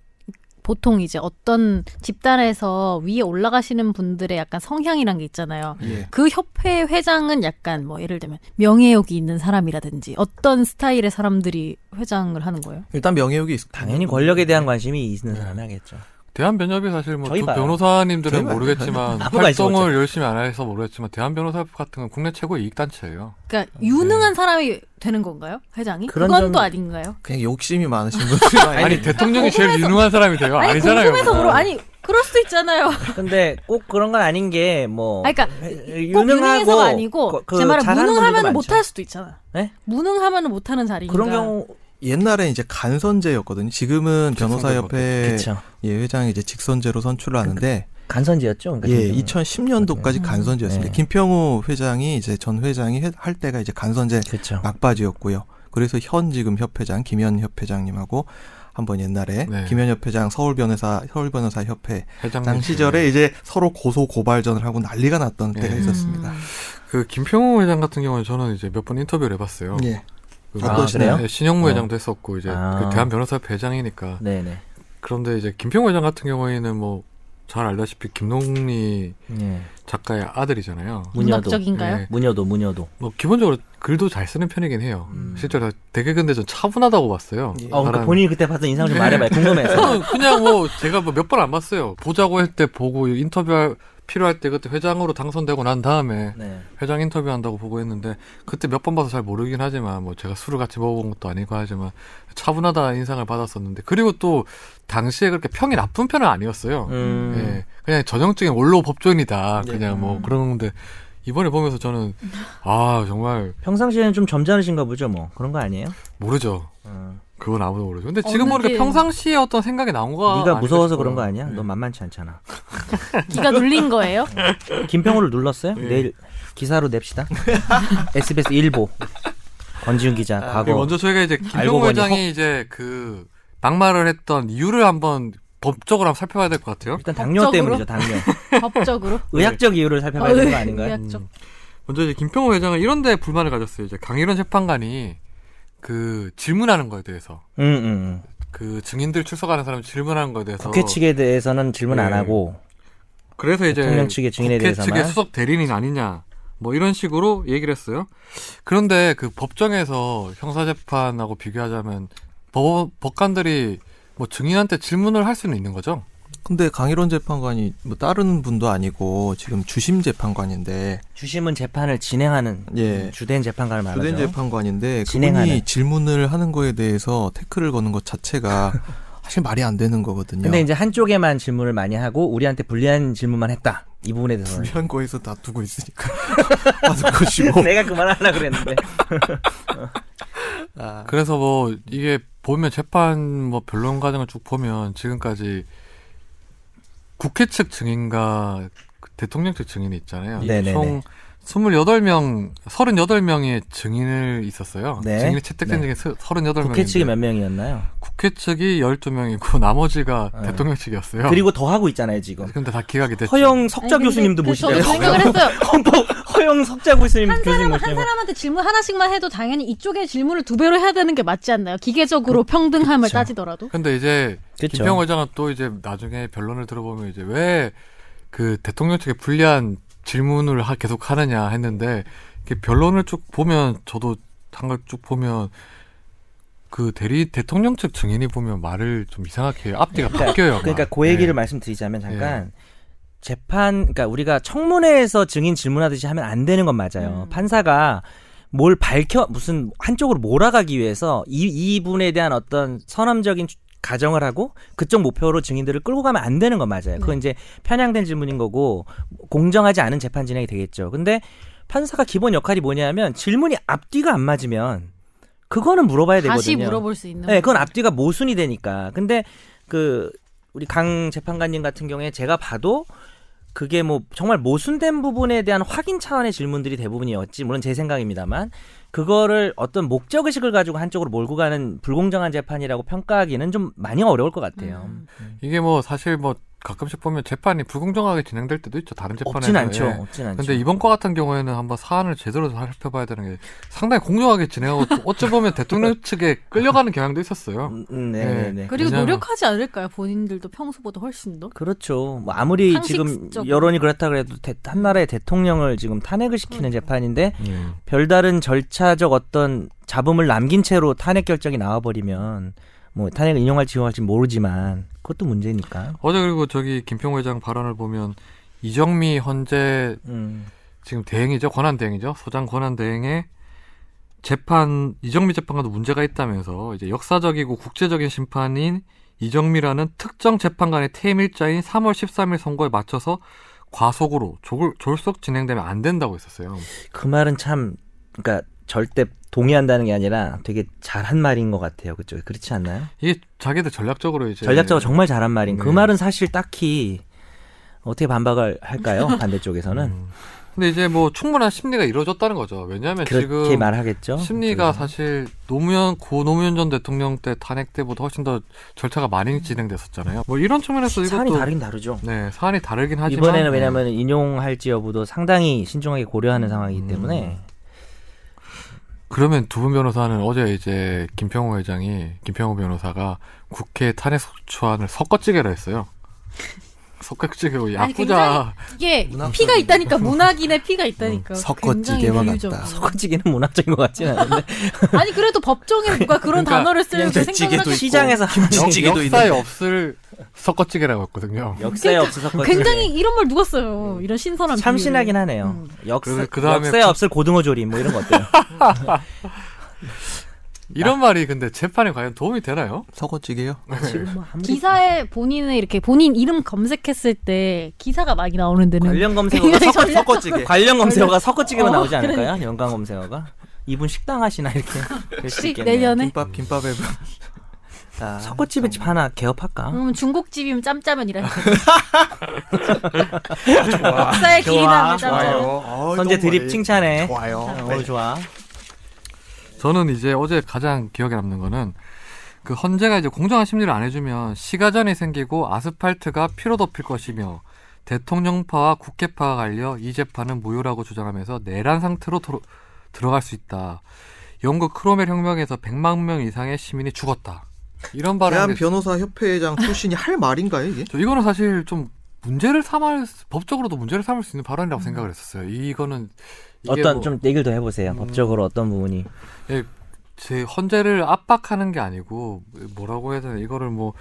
Speaker 3: 보통 이제 어떤 집단에서 위에 올라가시는 분들의 약간 성향이란 게 있잖아요.
Speaker 4: 예.
Speaker 3: 그 협회 회장은 약간 뭐 예를 들면 명예욕이 있는 사람이라든지 어떤 스타일의 사람들이 회장을 하는 거예요?
Speaker 4: 일단 명예욕이 있습니다.
Speaker 2: 당연히 권력에 대한 관심이
Speaker 1: 네.
Speaker 2: 있는 사람이 하겠죠.
Speaker 1: 대한 변협이 사실 뭐
Speaker 2: 저희
Speaker 1: 두
Speaker 2: 봐요.
Speaker 1: 변호사님들은
Speaker 4: 저희 봐요.
Speaker 1: 모르겠지만
Speaker 2: [LAUGHS] 아무나 있어
Speaker 1: 활동을
Speaker 2: 보자.
Speaker 1: 열심히 안 해서 모르겠지만 대한 변호사 같은 건 국내 최고의 이익 단체예요.
Speaker 3: 그러니까 유능한 사람이 되는 건가요? 회장이?
Speaker 2: 아, 네. 그런
Speaker 3: 그건
Speaker 2: 점-
Speaker 3: 또 아닌가요?
Speaker 4: 그냥 욕심이 많으신
Speaker 2: [LAUGHS]
Speaker 4: 분들이 많이
Speaker 1: 아니 대통령이 제일 유능한 사람이 돼요?
Speaker 3: 아니
Speaker 1: 아니잖아요.
Speaker 3: 궁금해서 물어 아니 그럴 수도 있잖아요.
Speaker 2: 어. 근데 꼭 그런 건 아닌 게 뭐.
Speaker 3: 아니, 그러니까 꼭 유능해서가 아니고
Speaker 2: 그- 그
Speaker 3: 제 말은
Speaker 2: 잘하는 분들도
Speaker 3: 무능하면
Speaker 2: 많죠.
Speaker 3: 못할 수도 있잖아.
Speaker 2: 네?
Speaker 3: 무능하면 못하는 자리니까.
Speaker 2: 그런 경우
Speaker 4: 옛날에 이제 간선제였거든요. 지금은 변호사협회
Speaker 2: 그쵸. 그
Speaker 4: 예, 회장이 이제 직선제로 선출을 하는데
Speaker 2: 간선제였죠. 그러니까
Speaker 4: 예,
Speaker 2: 지금.
Speaker 4: 2010년도까지
Speaker 2: 맞아요.
Speaker 4: 간선제였습니다.
Speaker 2: 네.
Speaker 4: 김평우 회장이 이제 전 회장이 해- 할 때가 이제 간선제
Speaker 1: 아.
Speaker 2: 그쵸.
Speaker 4: 막바지였고요. 그래서 현 지금 협회장 김현 협회장님하고 한번 옛날에
Speaker 1: 네.
Speaker 4: 김현엽 회장 서울 변호사 서울 변호사 협회
Speaker 1: 회장님
Speaker 4: 당 시절에 이제 서로 고소 고발전을 하고 난리가 났던
Speaker 1: 예.
Speaker 4: 때가
Speaker 3: 음,
Speaker 4: 있었습니다.
Speaker 1: 그 김평호 회장 같은 경우는 저는 이제 몇 번 인터뷰를 해봤어요.
Speaker 4: 예.
Speaker 1: 그
Speaker 2: 어떤 시나요?
Speaker 1: 네, 신영무
Speaker 2: 어.
Speaker 1: 회장도 했었고 이제
Speaker 2: 아.
Speaker 1: 그 대한변호사협회 회장이니까
Speaker 2: 네네.
Speaker 1: 그런데 이제 김평호 회장 같은 경우에는 뭐 잘 알다시피 김동리
Speaker 2: 예.
Speaker 1: 작가의 아들이잖아요.
Speaker 2: 문여도.
Speaker 3: 문학적인가요?
Speaker 1: 네.
Speaker 2: 문여도 문여도.
Speaker 1: 뭐 기본적으로 글도 잘 쓰는 편이긴 해요.
Speaker 2: 음.
Speaker 1: 실제로 되게 근데 좀 차분하다고 봤어요.
Speaker 4: 예.
Speaker 2: 어, 그러니까
Speaker 1: 사람- 예.
Speaker 2: 본인이 그때 봤던 인상을 좀
Speaker 1: [LAUGHS]
Speaker 2: 말해봐요. 궁금해서.
Speaker 1: 저는 그냥 뭐 제가 뭐 몇 번 안 봤어요. 보자고 할 때 보고 인터뷰 필요할 때 그때 회장으로 당선되고 난 다음에
Speaker 2: 네.
Speaker 1: 회장 인터뷰한다고 보고 했는데 그때 몇 번 봐서 잘 모르긴 하지만 뭐 제가 술을 같이 먹어본 것도 아니고 하지만 차분하다 인상을 받았었는데 그리고 또 당시에 그렇게 평이 나쁜 편은 아니었어요.
Speaker 2: 음.
Speaker 1: 예, 그냥 전형적인 원로 법조인이다.
Speaker 4: 네.
Speaker 1: 그냥 뭐
Speaker 3: 음.
Speaker 1: 그런 건데 이번에 보면서 저는 아 정말
Speaker 2: 평상시에는 좀 점잖으신가 보죠, 뭐 그런 거 아니에요?
Speaker 1: 모르죠.
Speaker 2: 어.
Speaker 1: 그건 아무도 모르죠. 근데 지금
Speaker 3: 없는데.
Speaker 1: 보니까 평상시에 어떤 생각이 나온 거야.
Speaker 2: 네가 무서워서 그런 거 아니야?
Speaker 1: 예.
Speaker 2: 너 만만치 않잖아.
Speaker 3: 기가 눌린 거예요? [LAUGHS]
Speaker 2: 김평호를 눌렀어요? 내일 기사로 냅시다. SBS 일보 권지훈 기자 과거
Speaker 1: 아, 먼저 저희가 이제
Speaker 2: 알고
Speaker 1: 김병호
Speaker 2: 보니
Speaker 1: 회장이 이제 그 막말을 했던 이유를 한번 법적으로 한번 살펴봐야 될 것 같아요.
Speaker 2: 일단 당뇨
Speaker 3: 법적으로?
Speaker 2: 때문이죠, 당뇨.
Speaker 3: 법적으로? 어,
Speaker 2: 의학적 이유를 살펴봐야 되는 거 아닌가요? 음.
Speaker 3: 의학적.
Speaker 1: 먼저 이제 김평호 회장은 이런 데 불만을 가졌어요. 이제 강일원 재판관이 그 질문하는 거에 대해서
Speaker 2: 음, 음, 음.
Speaker 1: 그 증인들 출석하는 사람 질문하는 거에 대해서
Speaker 2: 국회 측에 대해서는 질문 안
Speaker 1: 어. 예.
Speaker 2: 하고
Speaker 1: 그래서 이제
Speaker 2: 대통령 측의 증인에
Speaker 1: 국회
Speaker 2: 대해서만.
Speaker 1: 측의 수석 대리인 아니냐 뭐 이런 식으로 얘기를 했어요. 그런데 그 법정에서 형사재판하고 비교하자면 법, 법관들이 뭐 증인한테 질문을 할 수는 있는 거죠.
Speaker 4: 근데 강일원 재판관이 뭐 다른 분도 아니고 지금 주심 재판관인데
Speaker 2: 주심은 재판을 진행하는
Speaker 4: 예.
Speaker 2: 주된 재판관을 말하죠.
Speaker 4: 주된 재판관인데
Speaker 2: 진행하는.
Speaker 4: 그분이 질문을 하는 거에 대해서 태클을 거는 것 자체가 [LAUGHS] 네. 사실 말이 안 되는 거거든요.
Speaker 2: 근데 이제 한쪽에만 질문을 많이 하고 우리한테 불리한 질문만 했다. 이 부분에 대해서는
Speaker 4: 중요한 거에서 다투고 있으니까 [LAUGHS] 받을
Speaker 2: [LAUGHS]
Speaker 4: 것이고
Speaker 2: 내가 그만하려 그랬는데.
Speaker 4: 아,
Speaker 1: 그래서 뭐 이게 보면 재판 뭐 변론 과정을 쭉 보면 지금까지 국회 측 증인과 그 대통령 측 증인이 있잖아요.
Speaker 2: 네네네.
Speaker 1: 총 28명, 38명의 증인을 있었어요.
Speaker 2: 네.
Speaker 1: 증인이 채택된
Speaker 2: 네.
Speaker 1: 증인 38명.
Speaker 2: 국회 측이 몇 명이었나요?
Speaker 1: 국회 측이 12명이고 [LAUGHS] 나머지가
Speaker 2: 네.
Speaker 1: 대통령 측이었어요.
Speaker 2: 그리고 더 하고 있잖아요 지금.
Speaker 1: 근데 다 기각이 됐죠.
Speaker 2: 허영 석자
Speaker 3: 아니, 근데
Speaker 2: 교수님도
Speaker 3: 그
Speaker 2: 모시잖아요. 네,
Speaker 3: 저도
Speaker 2: [LAUGHS]
Speaker 3: 생각을 했어요.
Speaker 2: 헌법 허영 석자 교수님
Speaker 3: 한
Speaker 2: 교수님
Speaker 3: 사람 한
Speaker 2: 모시잖아요.
Speaker 3: 사람한테 질문 하나씩만 해도 당연히 이쪽에 질문을 두 배로 해야 되는 게 맞지 않나요? 기계적으로 평등함을
Speaker 2: 그쵸.
Speaker 3: 따지더라도.
Speaker 1: 근데 이제 김평
Speaker 2: 그렇죠.
Speaker 1: 회장은 또 이제 나중에 변론을 들어보면 이제 왜 그 대통령 측에 불리한 질문을 하- 계속 하느냐 했는데 이렇게 변론을 쭉 보면 저도 한 걸 쭉 보면 그 대리 대통령 측 증인이 보면 말을 좀 이상하게 해요. 앞뒤가 바뀌어요. 막.
Speaker 2: 그러니까 그 얘기를
Speaker 1: 네.
Speaker 2: 말씀드리자면 잠깐 재판 그러니까 우리가 청문회에서 증인 질문하듯이 하면 안 되는 건 맞아요.
Speaker 3: 음.
Speaker 2: 판사가 뭘 밝혀 무슨 한쪽으로 몰아가기 위해서 이 이분에 대한 어떤 선언적인 추- 가정을 하고 그쪽 목표로 증인들을 끌고 가면 안 되는 건 맞아요. 그건
Speaker 3: 네.
Speaker 2: 이제 편향된 질문인 거고 공정하지 않은 재판 진행이 되겠죠. 근데 판사가 기본 역할이 뭐냐면 질문이 앞뒤가 안 맞으면 그거는 물어봐야 되거든요.
Speaker 3: 다시 물어볼 수 있는.
Speaker 2: 네, 그건 앞뒤가 모순이 되니까. 근데 그 우리 강 재판관님 같은 경우에 제가 봐도 그게 뭐 정말 모순된 부분에 대한 확인 차원의 질문들이 대부분이었지 물론 제 생각입니다만 그거를 어떤 목적 의식을 가지고 한쪽으로 몰고 가는 불공정한 재판이라고 평가하기는 좀 많이 어려울 것 같아요.
Speaker 3: 음.
Speaker 1: 이게 뭐 사실 뭐 가끔씩 보면 재판이 불공정하게 진행될 때도 있죠. 다른 재판에
Speaker 2: 없진 않죠. 없진 않죠.
Speaker 1: 예. 근데 이번 거 같은 경우에는 한번 사안을 제대로 살펴봐야 되는 게 상당히 공정하게 진행하고 또 어찌 보면 대통령 측에 끌려가는 경향도 있었어요.
Speaker 2: 음, 음, 네, 네, 네.
Speaker 3: 그리고
Speaker 1: 왜냐면-
Speaker 3: 노력하지 않을까요? 본인들도 평소보다 훨씬 더.
Speaker 2: 그렇죠. 뭐 아무리 지금
Speaker 3: 상식적으로.
Speaker 2: 여론이 그렇다 그래도 대- 한 나라의 대통령을 지금 탄핵을 시키는 재판인데
Speaker 1: 예.
Speaker 2: 별다른 절차적 어떤 잡음을 남긴 채로 탄핵 결정이 나와버리면 뭐 탄핵을 인용할지 이용할지 모르지만 그것도 문제니까.
Speaker 1: 어제 그리고 저기 김평 회장 발언을 보면 이정미 헌재
Speaker 2: 음.
Speaker 1: 지금 대행이죠 권한 대행이죠 소장 권한 대행의 재판 이정미 재판과도 문제가 있다면서 이제 역사적이고 국제적인 심판인 이정미라는 특정 재판관의 퇴임 일자인 3월 13일 선고에 맞춰서 과속으로 졸, 졸속 진행되면 안 된다고 했었어요.
Speaker 2: 그 말은 참 그러니까 절대 동의한다는 게 아니라 되게 잘한 말인 것 같아요. 그쪽 그렇지 않나요?
Speaker 1: 이게 자기들 전략적으로 이제
Speaker 2: 전략적으로 정말 잘한 말인. 그
Speaker 1: 네. [LAUGHS]
Speaker 2: 말은 사실 딱히 어떻게 반박을 할까요? 반대쪽에서는.
Speaker 1: 음. 근데 이제 뭐 충분한 심리가 이루어졌다는 거죠. 왜냐하면
Speaker 2: 그렇게
Speaker 1: 지금
Speaker 2: 말하겠죠. 그렇죠.
Speaker 1: 심리가
Speaker 2: 그래서.
Speaker 1: 사실 노무현 고 노무현 전 대통령 때 탄핵 때보다 훨씬 더 절차가 많이 진행됐었잖아요. 뭐 이런 측면에서 이것도
Speaker 2: 사안이 다르긴 다르죠.
Speaker 1: 네 사안이 다르긴 하지만 네.
Speaker 2: 이번에는 왜냐하면 인용할지 여부도 상당히 신중하게 고려하는 상황이기
Speaker 1: 음.
Speaker 2: 때문에
Speaker 1: 그러면 두 분 변호사는 어제 이제 김평호 회장이 김평호 변호사가 국회 탄핵 소추안을 섞어찌개라 했어요. [LAUGHS] 섞어찌개고
Speaker 3: 아니,
Speaker 1: 야쿠자
Speaker 3: 이게
Speaker 4: 문학사.
Speaker 3: 피가 있다니까 문학인의 피가 있다니까.
Speaker 4: 음, 섞어찌개와
Speaker 3: 굉장히 비유적.
Speaker 4: 같다.
Speaker 2: 섞어지기는 문화적인 것 같지는 않은데
Speaker 3: 아니 그래도 법정에 누가 그런
Speaker 1: 그러니까
Speaker 3: 단어를 쓰는지
Speaker 4: 부대찌개도
Speaker 3: 생각나지.
Speaker 1: [LAUGHS]
Speaker 2: 시장에서 하는
Speaker 1: 역-
Speaker 4: 찌개도
Speaker 1: 역사에
Speaker 4: 있는데.
Speaker 1: 없을 섞어찌개라고 했거든요.
Speaker 2: 역사에 없어 섞어지기.
Speaker 3: 그러니까 굉장히 이런 말 누가 써요.
Speaker 4: 음.
Speaker 3: 이런 신선한
Speaker 2: 참신하긴 하네요.
Speaker 3: 음.
Speaker 2: 역사,
Speaker 1: 그래서 그다음에
Speaker 2: 역사에 없을 고등어 조림 뭐 이런 거 어때요?
Speaker 1: 이런 말이 근데 재판에 과연 도움이 되나요?
Speaker 4: 서거찌개요?
Speaker 2: 지금 뭐 아무리
Speaker 3: 기사에 본인의 이렇게 본인 이름 검색했을 때 기사가 많이 나오는 데는
Speaker 2: 관련
Speaker 3: [LAUGHS]
Speaker 2: 검색어가
Speaker 3: 굉장히
Speaker 2: 섞어,
Speaker 3: 전략적-
Speaker 2: 섞어지게 관련 검색어가 섞어지기만
Speaker 3: 어,
Speaker 2: 나오지 않을까요? 연관 검색어가 이분 식당 하시나
Speaker 3: [LAUGHS]
Speaker 2: 이렇게 될수
Speaker 3: 혹시
Speaker 2: 있겠네요.
Speaker 3: 내년에
Speaker 4: 김밥 김밥에 아, [LAUGHS]
Speaker 2: 섞어집에 집 하나 개업할까?
Speaker 3: 음, 중국집이면 짬짜면이라. 역사의
Speaker 2: 좋아,
Speaker 3: 길이
Speaker 2: 좋아요.
Speaker 3: 남은 짬짜면.
Speaker 4: 어,
Speaker 2: 선제 드립 칭찬해.
Speaker 4: 좋아요. 네.
Speaker 2: 어, 좋아.
Speaker 1: 저는 이제 어제 가장 기억에 남는 거는 그 헌재가 이제 공정한 심리를 안 해주면 시가전이 생기고 아스팔트가 피로 덮일 것이며 대통령파와 국회파가 갈려 이 재판은 무효라고 주장하면서 내란 상태로 도로- 들어갈 수 있다. 영국 크로멜 혁명에서 100만 명 이상의 시민이 죽었다. 이런
Speaker 4: 대한
Speaker 1: 발언이
Speaker 4: 변호사 협회장 출신이 할 말인가요 이게?
Speaker 1: 저 이거는 사실 좀 문제를 삼을 수- 법적으로도 문제를 삼을 수 있는 발언이라고 생각을 했었어요. 이거는 이게
Speaker 2: 어떤
Speaker 1: 뭐-
Speaker 2: 좀 얘기를 더 해보세요. 법적으로 어떤 부분이
Speaker 1: 제 헌재를 압박하는 게 아니고 뭐라고 해야 되나 이거를 뭐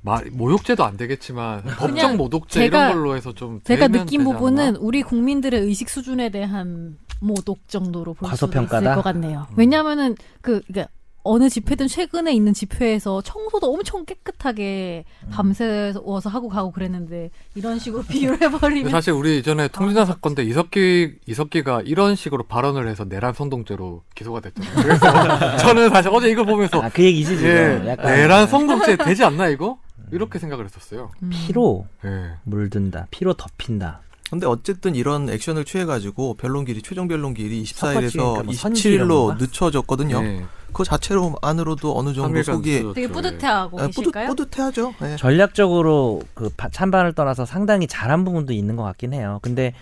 Speaker 1: 말- 모욕죄도 안 되겠지만 법정 모독죄
Speaker 3: 제가-
Speaker 1: 이런 걸로 해서 좀
Speaker 3: 제가
Speaker 1: 대면
Speaker 3: 느낀
Speaker 1: 되지
Speaker 3: 부분은
Speaker 1: 않나?
Speaker 3: 우리 국민들의 의식 수준에 대한 모독 정도로 볼 수도 있을
Speaker 2: 과소평가다?
Speaker 3: 것 같네요. 왜냐하면은 그 그러니까 어느 집회든 최근에 있는 집회에서 청소도 엄청 깨끗하게 밤새워서 하고 가고 그랬는데 이런 식으로 [LAUGHS] 비유를
Speaker 1: 근데
Speaker 3: 해버리면
Speaker 1: 사실 우리 이전에 통진아 사건 때 이석기 이석기가 이런 식으로 발언을 해서 내란 선동죄로 기소가
Speaker 3: [LAUGHS]
Speaker 1: 됐잖아요. 그래서 저는 사실 어제 이걸 보면서
Speaker 2: 아 그 얘기지 지금
Speaker 1: 예,
Speaker 2: 약간
Speaker 3: 네.
Speaker 1: 내란 선동죄 되지 않나 이거 이렇게 생각을 했었어요.
Speaker 3: 음.
Speaker 2: 피로
Speaker 1: 예.
Speaker 2: 물든다, 피로 덮인다.
Speaker 4: 근데 어쨌든 이런 액션을 취해가지고 변론길이 최종 변론길이
Speaker 2: 섞어지니까
Speaker 4: 24일에서
Speaker 2: 뭐 네. 선지 이런
Speaker 4: 27일로
Speaker 2: 건가?
Speaker 4: 늦춰졌거든요.
Speaker 1: 예. 그렇죠.
Speaker 4: 그 자체로 안으로도 어느 정도
Speaker 1: 한밀감
Speaker 4: 속이
Speaker 1: 있었죠.
Speaker 3: 되게 뿌듯해하고
Speaker 4: 아, 뿌듯,
Speaker 3: 계실까요?
Speaker 4: 뿌듯해하죠. 예.
Speaker 2: 전략적으로 그 바- 찬반을 떠나서 상당히 잘한 부분도 있는 것 같긴 해요. 근데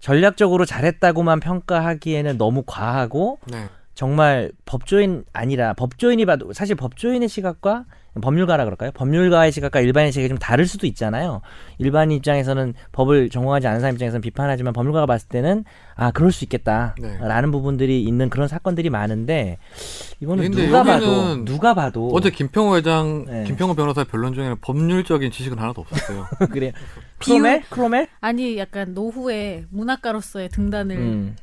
Speaker 2: 전략적으로 잘했다고만 평가하기에는 너무 과하고
Speaker 1: 예. 네.
Speaker 2: 정말 법조인 아니라 법조인이 봐도 사실 법조인의 시각과 법률가라 그럴까요? 법률가의 시각과 일반인의 시각이 좀 다를 수도 있잖아요. 일반인 입장에서는 법을 전공하지 않은 사람 입장에서는 비판하지만 법률가가 봤을 때는 아 그럴 수
Speaker 1: 네.
Speaker 2: 있겠다라는 부분들이 있는 그런 사건들이 많은데 이거는
Speaker 1: 근데
Speaker 2: 누가 봐도
Speaker 1: 여기는
Speaker 2: 누가 봐도
Speaker 1: 어제 김평호 회장,
Speaker 2: 네.
Speaker 1: 김평호 변호사의 변론 중에는 법률적인 지식은 하나도 없었어요.
Speaker 2: [LAUGHS] 그래 크로멜 크로멜
Speaker 3: 아니 약간 노후의 문학가로서의 등단을
Speaker 2: 음.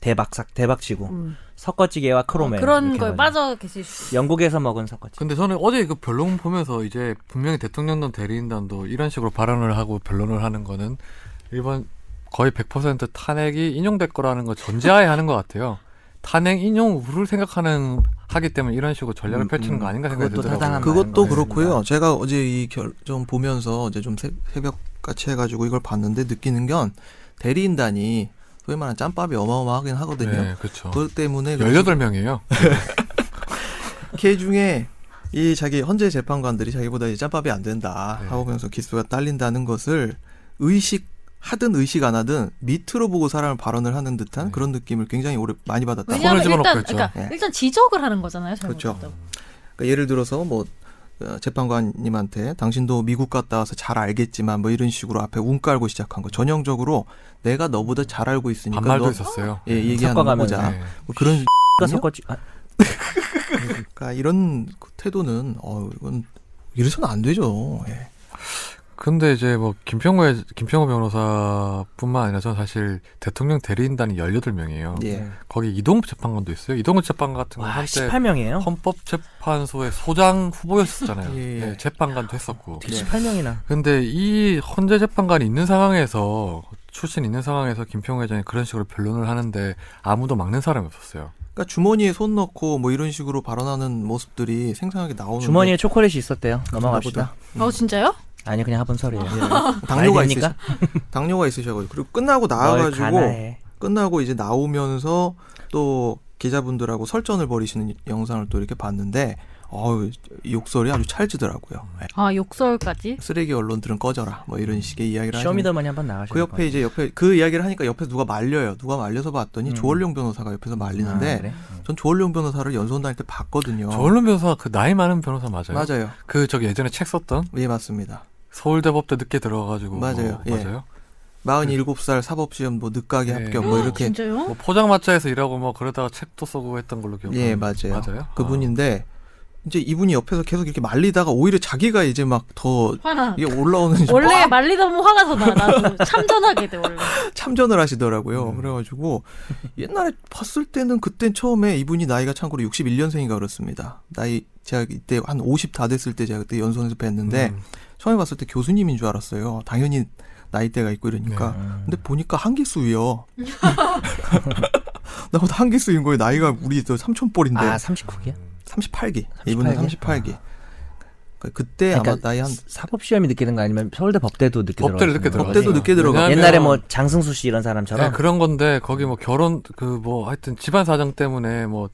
Speaker 2: 대박삭 대박치고
Speaker 3: 음.
Speaker 2: 섞어찌개와 크로멜
Speaker 3: 어, 그런
Speaker 2: 이렇게
Speaker 3: 거에
Speaker 2: 해가지고.
Speaker 3: 빠져 계실 수
Speaker 2: 영국에서 먹은 섞어찌개
Speaker 1: 근데 저는 어제 그 변론 보면서 이제 분명히 대통령단 대리인단도 이런 식으로 발언을 하고 변론을 하는 거는 일본 거의 100% 탄핵이 인용될 거라는 거 전제하에 하는 것 같아요. 탄핵 인용 우를 생각하는 하기 때문에 이런 식으로 전략을
Speaker 4: 음,
Speaker 1: 펼치는 거 아닌가 생각이
Speaker 2: 그것도
Speaker 1: 들더라고요.
Speaker 2: 타당한
Speaker 1: 그-
Speaker 4: 그것도
Speaker 2: 말인 것
Speaker 4: 그렇고요. 제가 어제 이 결 좀 보면서 이제 좀 새, 새벽 같이 해가지고 이걸 봤는데 느끼는 건 대리인단이 소위 말하는 짬밥이 어마어마하긴 하거든요.
Speaker 1: 네, 그렇죠.
Speaker 4: 그것 때문에 그래서
Speaker 1: 18명이에요.
Speaker 4: 걔 중에 이 자기 헌재 재판관들이 자기보다 이제 짬밥이 안 된다
Speaker 1: 네.
Speaker 4: 하고 면서 기수가 딸린다는 것을 의식 하든 의식 안 하든 밑으로 보고 사람을 발언을 하는 듯한
Speaker 1: 네.
Speaker 4: 그런 느낌을 굉장히 오래 많이 받았다.
Speaker 1: 왜냐-
Speaker 3: 왜냐하면
Speaker 1: 손을 집어넣고
Speaker 3: 일단
Speaker 1: 했죠.
Speaker 3: 그러니까
Speaker 4: 예.
Speaker 3: 일단 지적을 하는 거잖아요.
Speaker 4: 그렇죠.
Speaker 3: 잘못했다고.
Speaker 4: 그러니까 예를 들어서 뭐 어, 재판관님한테 당신도 미국 갔다 와서 잘 알겠지만 뭐 이런 식으로 앞에 운 깔고 시작한 거 전형적으로 내가 너보다 잘 알고 있으니까
Speaker 1: 반말도
Speaker 4: 그러니까 너-
Speaker 1: 있었어요.
Speaker 4: 예, 얘기하는 거
Speaker 2: 섞어가면서.
Speaker 4: 보자.
Speaker 1: 네.
Speaker 4: 뭐 그런
Speaker 2: 그러니까
Speaker 4: 아니요?
Speaker 2: 섞어찌 아,
Speaker 4: 그러니까 이런 그 태도는 어 이건 이래서는 안 되죠. 예.
Speaker 1: 근데 이제 뭐 김평호의 김평호 변호사뿐만 아니라 저는 사실 대통령 대리인단이 18명이에요.
Speaker 4: 예.
Speaker 1: 거기 이동욱 재판관도 있어요. 이동욱 재판관 같은 건
Speaker 2: 와
Speaker 1: 한때
Speaker 2: 18명이에요
Speaker 1: 어? 헌법재판소의 소장 후보였었잖아요.
Speaker 4: 예.
Speaker 1: 예, 재판관도 했었고.
Speaker 2: 어떻게
Speaker 4: 네.
Speaker 2: 18명이나
Speaker 1: 근데 이 헌재 재판관이 있는 상황에서 출신 있는 상황에서 김평 회장이 그런 식으로 변론을 하는데 아무도 막는 사람이 없었어요.
Speaker 4: 그러니까 주머니에 손 넣고 뭐 이런 식으로 발언하는 모습들이 생생하게 나오는
Speaker 2: 주머니에 초콜릿이 있었대요 넘어갑시다
Speaker 3: 어 진짜요?
Speaker 2: 아니 그냥 하본 소리예요
Speaker 4: 당뇨가
Speaker 2: 알겠습니까?
Speaker 4: 있으셔 당뇨가 있으셔가지고 그리고 끝나고
Speaker 2: 뭘
Speaker 4: 나와가지고
Speaker 2: 가나해
Speaker 4: 끝나고 이제 나오면서 또 기자분들하고 설전을 벌이시는 영상을 또 이렇게 봤는데 어우 이 욕설이 아주 찰지더라고요. 예.
Speaker 3: 아 욕설까지?
Speaker 4: 쓰레기 언론들은 꺼져라 뭐 이런 식의 이야기를 하시는데
Speaker 2: 쇼미더머니 한번 나가셨
Speaker 4: 그 옆에 이제 옆에 그 이야기를 하니까 옆에서 누가 말려요. 누가 말려서 봤더니
Speaker 2: 음.
Speaker 4: 조원룡 변호사가 옆에서
Speaker 2: 아,
Speaker 4: 말리는데 전 조원룡 변호사를 연수원 다닐 때 봤거든요.
Speaker 1: 조얼른 변호사 그 나이 많은 변호사 맞아요.
Speaker 4: 어. 맞아요.
Speaker 1: 그 저기 예전에 책 썼던
Speaker 4: 예 맞습니다.
Speaker 1: 서울대 법대 늦게 들어가가지고
Speaker 4: 맞아요.
Speaker 1: 뭐,
Speaker 4: 예.
Speaker 1: 맞아요.
Speaker 4: 47살 사법시험 뭐 늦가게
Speaker 1: 예.
Speaker 4: 합격 뭐 이렇게
Speaker 3: 진짜요?
Speaker 1: 뭐 포장마차에서 일하고 뭐 그러다가 책도 쓰고 했던 걸로 기억해요.
Speaker 4: 예 맞아요.
Speaker 1: 맞아요.
Speaker 4: 그분인데 이제 이분이 옆에서 계속 이렇게 말리다가 오히려 자기가 이제 막 더
Speaker 3: 화나.
Speaker 4: 이게 올라오는
Speaker 3: 원래 말리다 보면 화가 더 나. 나도 참전하게 돼 원래.
Speaker 4: [LAUGHS] 참전을 하시더라고요. 그래가지고 옛날에 봤을 때는 그땐 처음에 이분이 나이가 참고로 61년생인가 그렇습니다. 나이 제가 이때 한 50 다 됐을 때 제가 그때 연수원에서 뵀는데
Speaker 1: 음.
Speaker 4: 처음에 봤을 때 교수님인 줄 알았어요. 당연히 나이대가 있고 이러니까. 근데 보니까 한기수요. [LAUGHS] 나보다 한기수인 거예요. 나이가 우리 저 삼촌뻘인데
Speaker 2: 아 39기야?
Speaker 4: 38기. 이분은
Speaker 2: 38 기?
Speaker 4: 38기. 그때 아마
Speaker 2: 그러니까
Speaker 4: 나이 한
Speaker 2: 사법 시험이 늦게 된 거 아니면 서울대 법대도 늦게 들어.
Speaker 1: 법대를 늦게 들어가.
Speaker 4: 법대도 네, 늦게 들어가.
Speaker 1: 왜냐하면-
Speaker 2: 옛날에 뭐 장승수 씨 이런 사람처럼
Speaker 1: 예, 그런 건데 거기 뭐 결혼 그 뭐 하여튼 집안 사정 때문에 뭐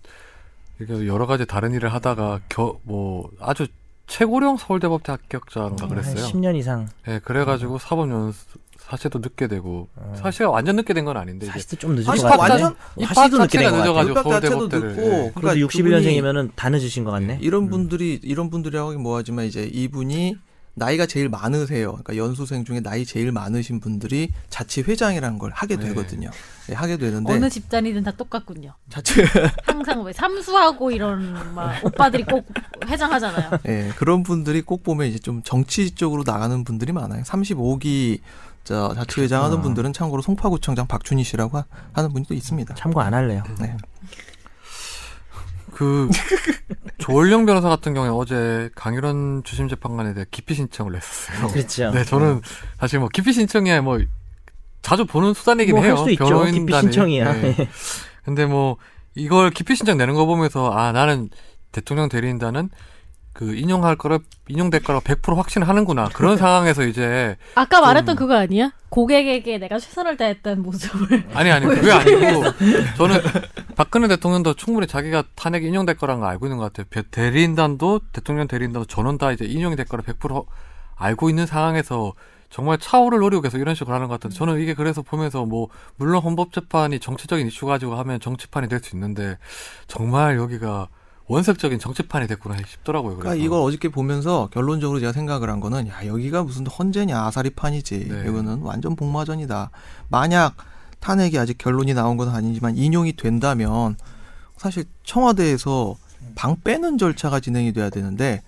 Speaker 1: 이렇게 여러 가지 다른 일을 하다가 겨 뭐 아주 최고령 서울대법대 합격자인가
Speaker 2: 한
Speaker 1: 그랬어요.
Speaker 2: 10년 이상
Speaker 1: 예, 그래가지고 사법연수 사실도 늦게 되고 사실 완전 늦게 된 건 아닌데 이제
Speaker 2: 음. 사실도 좀 늦은
Speaker 4: 네, 아니,
Speaker 2: 것 같아.
Speaker 4: 완전
Speaker 2: 사실도 예, 늦게
Speaker 1: 자체가
Speaker 2: 된것 같아.
Speaker 1: 늦어가지고
Speaker 4: 육박 자체도
Speaker 1: 서울대법대를,
Speaker 4: 늦고
Speaker 1: 예.
Speaker 2: 그래도 그러니까
Speaker 4: 그분이
Speaker 2: 61년생이면은 다 늦으신 것 같네.
Speaker 4: 이런 분들이 이런 분들이라고 하긴 뭐하지만 이제 이분이 나이가 제일 많으세요. 그러니까 연수생 중에 나이 제일 많으신 분들이 자치 회장이라는 걸 하게
Speaker 1: 네.
Speaker 4: 되거든요. 예, 하게 되는데
Speaker 3: 어느 집단이든 다 똑같군요.
Speaker 4: [LAUGHS] 자치
Speaker 3: 항상 왜 삼수하고 이런 막 오빠들이 꼭 회장하잖아요.
Speaker 4: 예, 그런 분들이 꼭 보면 이제 좀 정치 쪽으로 나가는 분들이 많아요. 35기 저 자치 회장 하던
Speaker 2: 아.
Speaker 4: 분들은 참고로 송파구청장 박준희 씨라고 하- 하는 분이 또 있습니다.
Speaker 2: 참고 안 할래요.
Speaker 4: 네.
Speaker 2: [LAUGHS]
Speaker 1: 그 조원령 변호사 같은 경우에 어제 강일원 주심 재판관에 대해 기피 신청을 냈었어요.
Speaker 2: 그렇죠.
Speaker 1: 네, 저는 사실 뭐 기피 신청이야 뭐 자주 보는 수단이긴
Speaker 2: 뭐
Speaker 1: 해요.
Speaker 2: 할 수 있죠.
Speaker 1: 변호인단이.
Speaker 2: 기피 신청이야.
Speaker 1: 네. 근데 뭐 이걸 기피 신청 내는 거 보면서 아 나는 대통령 대리인단은 그 인용할 거라 인용될 거라 100% 확신하는구나 그런 상황에서 이제
Speaker 3: 아까 말했던 그거 아니야? 고객에게 내가 최선을 다했던 모습을
Speaker 1: 아니 아니 그게 아니고 저는 박근혜 대통령도 충분히 자기가 탄핵 이 인용될 거라는 거 알고 있는 것 같아요. 배- 대리인단도 대통령 대리인단도 전원 다 이제 인용이 될 거라 100% 알고 있는 상황에서 정말 차오를 노리고 계속 이런 식으로 하는 것 같은데 저는 이게 그래서 보면서 뭐 물론 헌법재판이 정치적인 이슈 가지고 하면 정치판이 될 수 있는데 정말 여기가 원색적인 정치판이 됐구나 싶더라고요. 그래서
Speaker 4: 그러니까 이걸 어저께 보면서 결론적으로 제가 생각을 한 거는 야 여기가 무슨 헌재냐 아사리판이지
Speaker 1: 네.
Speaker 4: 이거는 완전 복마전이다. 만약 탄핵이 아직 결론이 나온 건 아니지만 인용이 된다면 사실 청와대에서 방 빼는 절차가 진행이 돼야 되는데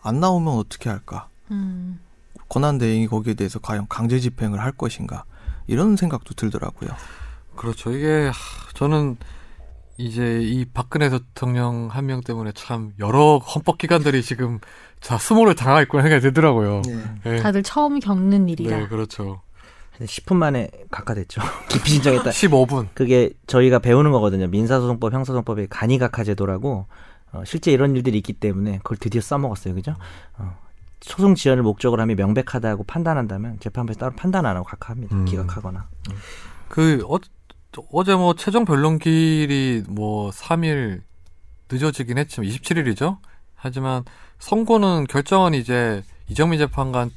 Speaker 4: 안 나오면 어떻게 할까?
Speaker 3: [LAUGHS] 음,
Speaker 4: 권한 대행이 거기에 대해서 과연 강제 집행을 할 것인가? 이런 생각도 들더라고요.
Speaker 1: 그렇죠. 이게 하, 저는 이제 이 박근혜 대통령 한 명 때문에 참 여러 헌법 기관들이 지금 다 수모를 당하고 있구나 생각이 들더라고요. 네.
Speaker 3: 다들 처음 겪는 일이라.
Speaker 1: 네, 그렇죠.
Speaker 2: 10분 만에 각하됐죠. [LAUGHS] 기피 신청했다.
Speaker 1: 15분.
Speaker 2: 그게 저희가 배우는 거거든요. 민사소송법, 형사소송법의 간이각하 제도라고 어, 실제 이런 일들이 있기 때문에 그걸 드디어 써먹었어요, 그죠? 어, 소송 지연을 목적으로 하면 명백하다고 판단한다면 재판부에서 따로 판단 안 하고 각하합니다.
Speaker 1: 음.
Speaker 2: 기각하거나.
Speaker 1: 그 어, 어제 뭐 최종 변론길이 뭐 3일 늦어지긴 했지만 27일이죠. 하지만 선고는 결정은 이제 이정미 재판관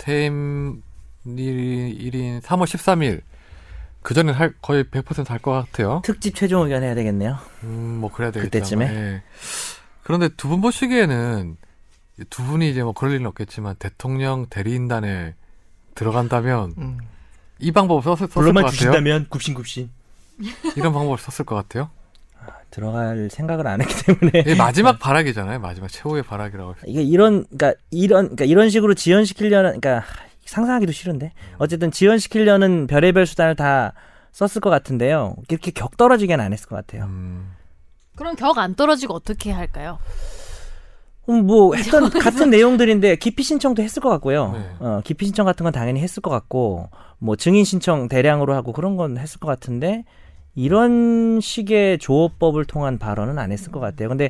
Speaker 1: 퇴임일인 3월 13일 그 전에 할 거의 100%할 것 같아요.
Speaker 2: 특집 최종 의견 해야 되겠네요.
Speaker 1: 음, 뭐 그래야 되겠다.
Speaker 2: 그때쯤에?
Speaker 1: 예. 그런데 두 분 보시기에는 두 분이 이제 뭐 그럴 일은 없겠지만 대통령 대리인단에 들어간다면
Speaker 4: 음.
Speaker 1: 이 방법을 썼을, 썼을 것
Speaker 5: 불러만
Speaker 1: 같아요.
Speaker 5: 주신다면 굽신굽신.
Speaker 1: 이런 방법을 썼을 것 같아요.
Speaker 2: 들어갈 생각을 안 했기 때문에
Speaker 1: 이게 마지막 바라기잖아요. 마지막 최후의 바라기라고.
Speaker 2: 이게 이런 그러니까 이런 그러니까 이런 식으로 지연시키려는 그러니까 하, 상상하기도 싫은데 어쨌든 지연시키려는 별의별 수단을 다 썼을 것 같은데요. 이렇게 격 떨어지게는 안 했을 것 같아요.
Speaker 1: 음,
Speaker 3: 그럼 격 안 떨어지고 어떻게 할까요?
Speaker 2: 음, 뭐
Speaker 1: [LAUGHS]
Speaker 2: 했던 같은 내용들인데 기피 신청도 했을 것 같고요.
Speaker 1: 네.
Speaker 2: 어, 기피 신청 같은 건 당연히 했을 것 같고 뭐 증인 신청 대량으로 하고 그런 건 했을 것 같은데 이런 식의 조업법을 통한 발언은 안 했을 것 같아요. 근데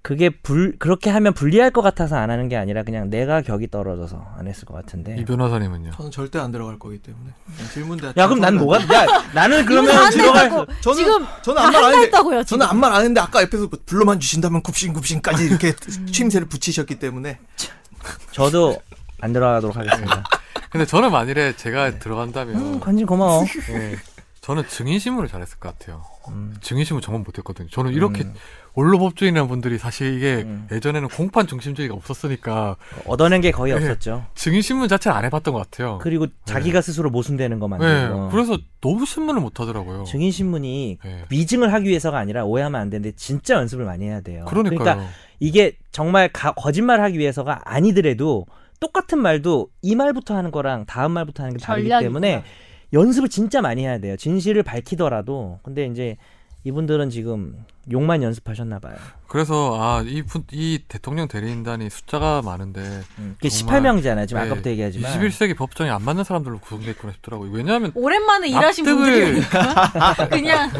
Speaker 2: 그게 불 그렇게 하면 불리할 것 같아서 안 하는 게 아니라 그냥 내가 격이 떨어져서 안 했을 것 같은데.
Speaker 1: 이 변호사님은요?
Speaker 4: 저는 절대 안 들어갈 거기 때문에 그냥 질문 대야
Speaker 2: 야 그럼 난 뭐가? 야 나는
Speaker 3: 이분
Speaker 2: 그러면
Speaker 3: 안
Speaker 2: 들어갈
Speaker 3: 된다고.
Speaker 4: 아, 저는
Speaker 3: 지금
Speaker 4: 저는
Speaker 3: 다
Speaker 4: 아무 말안 했는데
Speaker 3: 한다고요.
Speaker 4: 저는 아무 말안 했는데 아까 옆에서 그 불러만 주신다면 굽신굽신까지 이렇게 취임새를 붙이셨기 때문에
Speaker 2: 네. 저도 안 들어가도록 하겠습니다.
Speaker 1: 근데 저는 만일에 제가 들어간다면
Speaker 2: 음, 관심 고마워.
Speaker 1: 예, 저는 증인신문을 잘했을 것 같아요.
Speaker 2: 음.
Speaker 1: 증인신문 정말 못했거든요. 저는 이렇게
Speaker 2: 음.
Speaker 1: 원로법주의라는 분들이 사실 이게
Speaker 2: 음.
Speaker 1: 예전에는 공판 중심주의가 없었으니까
Speaker 2: 얻어낸 게 거의
Speaker 1: 예.
Speaker 2: 없었죠.
Speaker 1: 증인신문 자체를 안 해봤던 것 같아요.
Speaker 2: 그리고 자기가 스스로 모순되는 거
Speaker 1: 예,
Speaker 2: 만들고.
Speaker 1: 네. 그래서 너무 신문을 못하더라고요.
Speaker 2: 증인 신문이
Speaker 1: 예.
Speaker 2: 미증을 하기 위해서가 아니라 오해하면 안 되는데 진짜 연습을 많이 해야 돼요.
Speaker 1: 그러니까요.
Speaker 2: 그러니까 이게 정말 가- 거짓말하기 위해서가 아니더라도 똑같은 말도 이 말부터 하는 거랑 다음 말부터 하는 게 다르기
Speaker 3: 전략이구나.
Speaker 2: 때문에 연습을 진짜 많이 해야 돼요. 진실을 밝히더라도 근데 이제 이분들은 지금 욕만 연습하셨나 봐요.
Speaker 1: 그래서 아이 이 대통령 대리인단이 숫자가 많은데
Speaker 2: 이게
Speaker 1: 정말.
Speaker 2: 18명이잖아요. 지금
Speaker 1: 예,
Speaker 4: 네.
Speaker 2: 아까부터 얘기하지만
Speaker 1: 21세기 법정이 안 맞는 사람들로 구성돼 있구나 싶더라고요. 왜냐하면
Speaker 3: 오랜만에 일하신
Speaker 1: 납득을-
Speaker 4: [LAUGHS]
Speaker 3: 분들이니까 그냥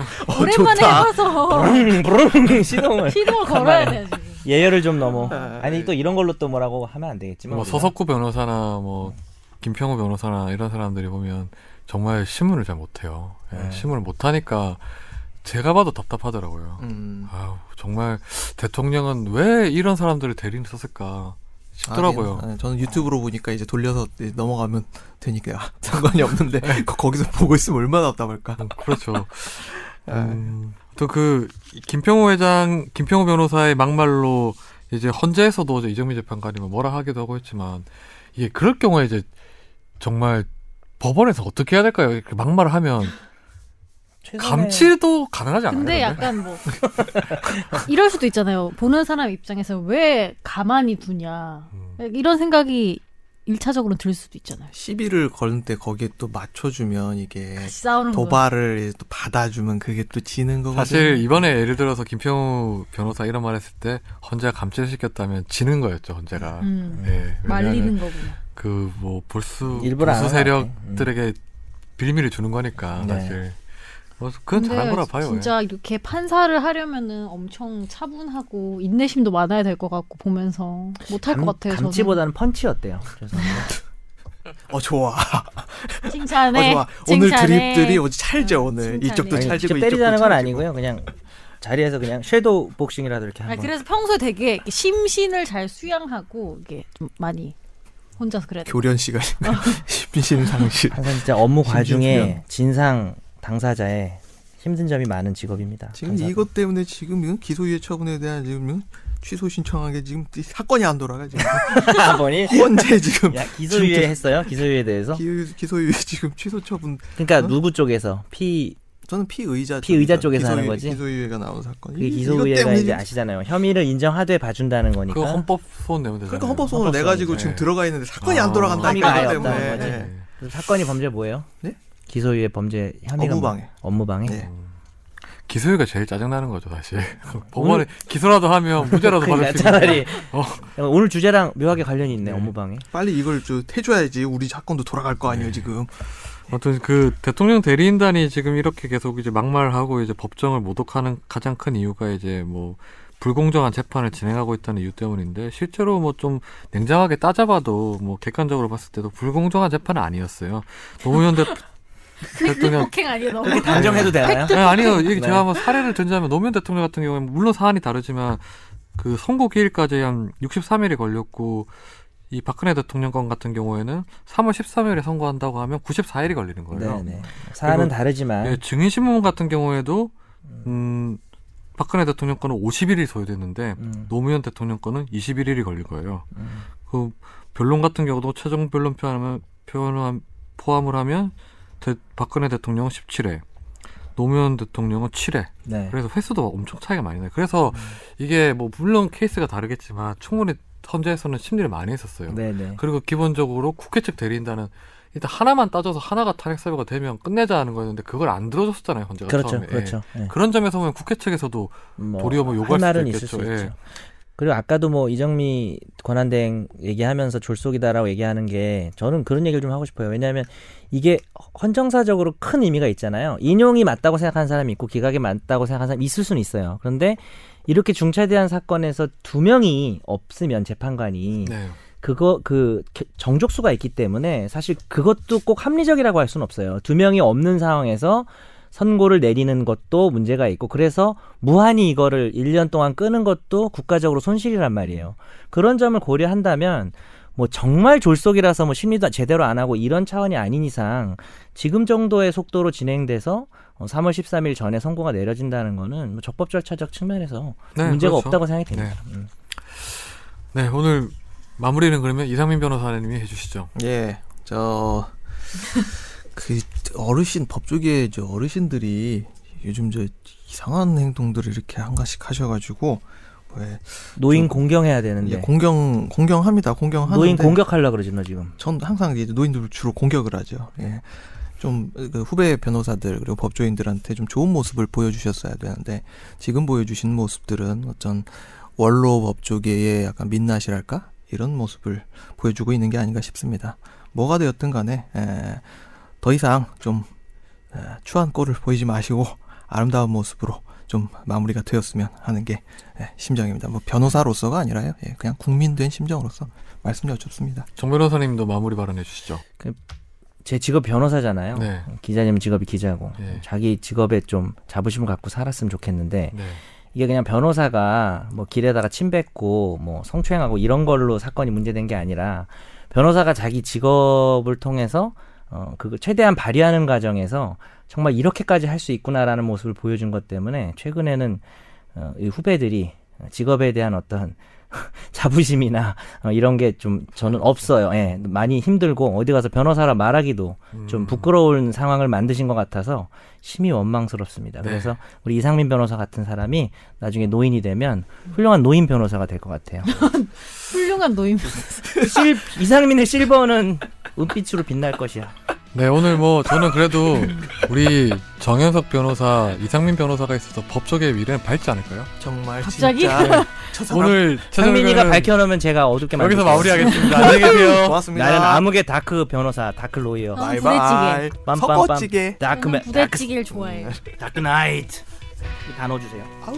Speaker 3: 오랜만에
Speaker 4: 어, 좋다. 어,
Speaker 3: 해봐서
Speaker 2: [LAUGHS] 부릉 시동을
Speaker 3: 시동을 걸어야 돼요. 지금.
Speaker 2: 음, 예열을 좀 넘어.
Speaker 4: 네.
Speaker 2: 아니 또 이런 걸로 또 뭐라고 하면 안 되겠지만
Speaker 1: 뭐
Speaker 2: 우리가.
Speaker 1: 서석구 변호사나 뭐 김평우 변호사나 이런 사람들이 보면 정말 신문을 잘 못해요. 예,
Speaker 2: 네.
Speaker 1: 신문을 못하니까 제가 봐도 답답하더라고요.
Speaker 4: 음.
Speaker 1: 아우 정말 대통령은 왜 이런 사람들을 대리인 썼을까 싶더라고요.
Speaker 2: 네.
Speaker 4: 아니, 아니, 저는 유튜브로 보니까 이제 돌려서 이제 넘어가면 되니까 아, [LAUGHS] 상관이 없는데 거- 거기서 보고 있으면 얼마나 답답할까.
Speaker 1: 네.
Speaker 4: 아,
Speaker 1: 음, 그렇죠. 음, 또그 김평호 회장, 김평호 변호사의 막말로 이제 헌재에서도 이제 이정미 재판관이 뭐 뭐라 하기도 하고 했지만 이게 그럴 경우에 이제 정말 법원에서 어떻게 해야 될까요? 이렇게 막말을 하면
Speaker 2: 최선의-
Speaker 1: 감치도 가능하지 않아요.
Speaker 3: 네. 근데
Speaker 1: 근데?
Speaker 3: 약간 뭐 [LAUGHS] 이럴 수도 있잖아요. 보는 사람 입장에서 왜 가만히 두냐
Speaker 1: 음.
Speaker 3: 이런 생각이 일차적으로 들 수도 있잖아요.
Speaker 4: 시비를 거는 때 거기에 또 맞춰주면 이게
Speaker 3: 같이 싸우는 거.
Speaker 4: 도발을 이제 또 받아주면 그게 또 지는 거거든요.
Speaker 1: 사실 이번에 예를 들어서 김평우 변호사 이런 말 했을 때 헌재가 감치를 시켰다면 지는 거였죠 헌재가.
Speaker 3: 음,
Speaker 1: 예,
Speaker 3: 말리는 거구나.
Speaker 1: 그 뭐 볼수
Speaker 2: 일부러 안
Speaker 1: 보수
Speaker 2: 하는 것 같아.
Speaker 1: 세력들에게 빌미를 주는 거니까
Speaker 2: 네.
Speaker 1: 사실 뭐 그건
Speaker 3: 근데
Speaker 1: 잘한 거라 봐요. 예.
Speaker 3: 진짜 이렇게 판사를 하려면은 엄청 차분하고 인내심도 많아야 될 것 같고 보면서 못할 것
Speaker 2: 감-
Speaker 3: 같아요. 저는.
Speaker 2: 감치보다는 펀치였대요. 죄송합니다.
Speaker 4: 어 좋아.
Speaker 3: 칭찬해.
Speaker 4: [LAUGHS] 어 좋아. 오늘
Speaker 3: 네. 칭찬해.
Speaker 4: 드립들이 어제 찰져 오늘
Speaker 3: 칭찬해.
Speaker 4: 이쪽도
Speaker 2: 아니, 직접
Speaker 4: 찰지고
Speaker 2: 때리자는
Speaker 4: 이쪽도
Speaker 2: 건
Speaker 4: 찰지고.
Speaker 2: 아니고요. 그냥 자리에서 그냥 섀도우 복싱이라도 이렇게
Speaker 3: 아,
Speaker 2: 한번.
Speaker 3: 그래서 평소에 되게 이렇게 심신을 잘 수양하고 이게 좀 많이 혼자서 그래야 돼.
Speaker 4: 교련 시간에 [LAUGHS] 심신 상실.
Speaker 2: 항상 진짜 업무
Speaker 4: 심지어
Speaker 2: 과중에
Speaker 4: 수면.
Speaker 2: 진상 당사자의 힘든 점이 많은 직업입니다.
Speaker 4: 지금
Speaker 2: 당사자.
Speaker 4: 이것 때문에 지금 이건 기소유예 처분에 대한 지금 이건 취소 신청하게 지금 이 사건이 안
Speaker 2: [LAUGHS]
Speaker 4: 돌아가 지금
Speaker 2: 아버니
Speaker 4: 언제 지금
Speaker 2: 야 기소유예
Speaker 4: 진짜.
Speaker 2: 했어요? 기소유예에 대해서?
Speaker 4: 기- 기소유예 지금 취소 처분
Speaker 2: 그러니까
Speaker 4: 어?
Speaker 2: 누구 쪽에서 피
Speaker 4: 저는 피의자
Speaker 2: 피의자
Speaker 4: 쪽에서
Speaker 2: 쪽에서 하는
Speaker 4: 기소유예-
Speaker 2: 거지?
Speaker 4: 기소유예가 나온 사건
Speaker 2: 그게
Speaker 4: 이- 이것
Speaker 2: 기소유예가
Speaker 4: 때문에
Speaker 2: 이제
Speaker 4: 지금
Speaker 2: 아시잖아요. 혐의를 인정하되 봐준다는 거니까.
Speaker 1: 그거 헌법 소원 내면 되잖아요.
Speaker 4: 그러니까 헌법소원을 내 가지고
Speaker 1: 헌법소원이지.
Speaker 4: 지금 들어가 있는데 사건이
Speaker 1: 아.
Speaker 4: 안 돌아간다니까
Speaker 2: 혐의가 예. 아예
Speaker 4: 이것
Speaker 2: 없다는 거지.
Speaker 4: 때문에
Speaker 1: 네.
Speaker 2: 그래서 사건이 범죄 뭐예요?
Speaker 4: 네?
Speaker 2: 기소유예 범죄 혐의가 뭐-
Speaker 4: 업무방해
Speaker 2: 업무방해.
Speaker 4: 네.
Speaker 1: 기소유가 제일 짜증 나는 거죠 사실.
Speaker 4: 음.
Speaker 1: [LAUGHS] 법원에 기소라도 하면 무죄라도 받을
Speaker 2: 그러니까
Speaker 1: 수 있는.
Speaker 4: [LAUGHS]
Speaker 2: 차라리
Speaker 1: 어.
Speaker 2: 오늘 주제랑 묘하게 관련이 있네. 업무방해.
Speaker 4: 빨리 이걸 좀 해줘야지 우리 사건도 돌아갈 거
Speaker 2: 네.
Speaker 4: 아니에요 지금
Speaker 1: 아무튼 그 대통령 대리인단이 지금 이렇게 계속 이제 막말하고 이제 법정을 모독하는 가장 큰 이유가 이제 뭐 불공정한 재판을 진행하고 있다는 이유 때문인데 실제로 뭐 좀 냉정하게 따져봐도 뭐 객관적으로 봤을 때도 불공정한 재판은 아니었어요. 노무현 대
Speaker 3: [LAUGHS]
Speaker 1: 대통령
Speaker 3: 폭행 아니에요 너무.
Speaker 2: 그렇게 단정해도 되나요?
Speaker 1: 네, 아니요. 이게
Speaker 2: [LAUGHS] 네.
Speaker 1: 제가 한번 사례를 든자면 노무현 대통령 같은 경우는 물론 사안이 다르지만 그 선고 기일까지 한 63일이 걸렸고 이 박근혜 대통령 건 같은 경우에는 3월 13일에 선고한다고 하면 94일이 걸리는 거예요.
Speaker 2: 네네. 네. 사안은
Speaker 1: 그리고-
Speaker 2: 다르지만
Speaker 1: 예, 증인신문 같은 경우에도 음, 박근혜 대통령 건은 51일이 소요됐는데
Speaker 2: 음.
Speaker 1: 노무현 대통령 건은 21일이 걸린 거예요.
Speaker 2: 음.
Speaker 1: 그 변론 같은 경우도 최종 변론 표현하면 표현 포함을 하면 대, 박근혜 대통령은 17회, 노무현 대통령은 7회.
Speaker 2: 네. 음.
Speaker 1: 그래서 횟수도 엄청 차이가 많이 나요. 그래서 이게 뭐 물론 케이스가 다르겠지만 충분히 헌재에서는 심리를 많이 했었어요.
Speaker 2: 네네.
Speaker 1: 그리고 기본적으로 국회 측 대리인단은 일단 하나만 따져서 하나가 탄핵 사유가 되면 끝내자 하는 거였는데 그걸 안 들어줬었잖아요 헌재가
Speaker 2: 그렇죠,
Speaker 1: 처음에.
Speaker 2: 그렇죠. 예.
Speaker 1: 예. 그런 점에서 보면 국회 측에서도
Speaker 2: 뭐,
Speaker 1: 도리어 뭐
Speaker 2: 할
Speaker 1: 요구할
Speaker 2: 말은
Speaker 1: 수도
Speaker 2: 있을 수
Speaker 1: 있겠죠. 예.
Speaker 2: 있죠. 그리고 아까도 뭐 이정미 권한대행 얘기하면서 졸속이다라고 얘기하는 게 저는 그런 얘기를 좀 하고 싶어요. 왜냐하면 이게 헌정사적으로 큰 의미가 있잖아요. 인용이 맞다고 생각하는 사람이 있고 기각이 맞다고 생각하는 사람이 있을 수는 있어요. 그런데 이렇게 중차대한 사건에서 두 명이 없으면 재판관이
Speaker 1: 네.
Speaker 2: 그거 그 겨- 정족수가 있기 때문에 사실 그것도 꼭 합리적이라고 할 수는 없어요. 두 명이 없는 상황에서 선고를 내리는 것도 문제가 있고 그래서 무한히 이거를 1년 동안 끄는 것도 국가적으로 손실이란 말이에요. 그런 점을 고려한다면 뭐 정말 졸속이라서 뭐 심리도 제대로 안 하고 이런 차원이 아닌 이상 지금 정도의 속도로 진행돼서 어, 3월 13일 전에 선고가 내려진다는 거는 뭐 적법 절차적 측면에서
Speaker 1: 네,
Speaker 2: 문제가
Speaker 1: 그렇죠.
Speaker 2: 없다고 생각이 됩니다. 음.
Speaker 1: 네, 오늘 마무리는 그러면 이상민 변호사님이 해주시죠.
Speaker 4: 예, 저, 그, 어르신, 법조계 저 어르신들이 요즘 저 이상한 행동들을 이렇게 한가씩 하셔가지고, 왜,
Speaker 1: 네.
Speaker 2: 노인 공경해야 되는데
Speaker 4: 예, 공경, 공경합니다. 공경하는데.
Speaker 2: 뭐 노인 공격하려 그러지 너 지금.
Speaker 4: 전 항상 이제 노인들 주로 공격을 하죠. 예. 좀그 후배 변호사들 그리고 법조인들한테 좀 좋은 모습을 보여주셨어야 되는데 지금 보여주신 모습들은 어떤 원로 법조계의 약간 민낯이랄까 이런 모습을 보여주고 있는 게 아닌가 싶습니다. 뭐가 되었든 간에 에, 더 이상 좀 에, 추한 꼴을 보이지 마시고 아름다운 모습으로 좀 마무리가 되었으면 하는 게 예, 심정입니다. 뭐 변호사로서가 아니라요. 예, 그냥 국민된 심정으로서 말씀이 어쭙습니다.
Speaker 1: 정 변호사님도 마무리 발언해 주시죠.
Speaker 2: 제 직업 변호사잖아요.
Speaker 1: 네.
Speaker 2: 기자님 직업이 기자고
Speaker 1: 예.
Speaker 2: 자기 직업에 좀 자부심을 갖고 살았으면 좋겠는데
Speaker 1: 네.
Speaker 2: 이게 그냥 변호사가 뭐 길에다가 침 뱉고 뭐 성추행하고 이런 걸로 사건이 문제된 게 아니라 변호사가 자기 직업을 통해서 어 그걸 최대한 발휘하는 과정에서 정말 이렇게까지 할 수 있구나라는 모습을 보여준 것 때문에 최근에는 어, 이 후배들이 직업에 대한 어떤 [LAUGHS] 자부심이나 어, 이런 게 좀 저는 없어요. 예, 많이 힘들고 어디 가서 변호사라 말하기도 좀 부끄러운 상황을 만드신 것 같아서 심히 원망스럽습니다.
Speaker 1: 네.
Speaker 2: 그래서 우리 이상민 변호사 같은 사람이 나중에 노인이 되면 훌륭한 노인 변호사가 될 것 같아요.
Speaker 3: 훌륭한 노인.
Speaker 2: 실, 이상민의 실버는 은빛으로 빛날
Speaker 1: [LAUGHS]
Speaker 2: 것이야.
Speaker 1: 네, 오늘 뭐 저는 그래도 우리 정현석 변호사, 이상민 변호사가 있어서 법조계의 미래는 밝지 않을까요?
Speaker 4: 정말
Speaker 3: 갑자기? [LAUGHS]
Speaker 4: 진짜 저 사람
Speaker 1: 오늘
Speaker 2: 상민이가
Speaker 1: 최종의견은
Speaker 2: 밝혀놓으면 제가 어둡게
Speaker 1: 여기서
Speaker 2: 만들게요.
Speaker 1: 마무리하겠습니다. 안녕히 계세요.
Speaker 4: 고맙습니다.
Speaker 2: 나는 암흑의 다크 변호사, 다크 로이어,
Speaker 3: 아,
Speaker 4: 바이바이
Speaker 2: 빰빰빰.
Speaker 4: 섞어찌개
Speaker 2: 다크맨,
Speaker 3: 저는 아, 부대찌개를 좋아해요.
Speaker 2: 다크 나이트. 이 단어 주세요.
Speaker 4: 아우.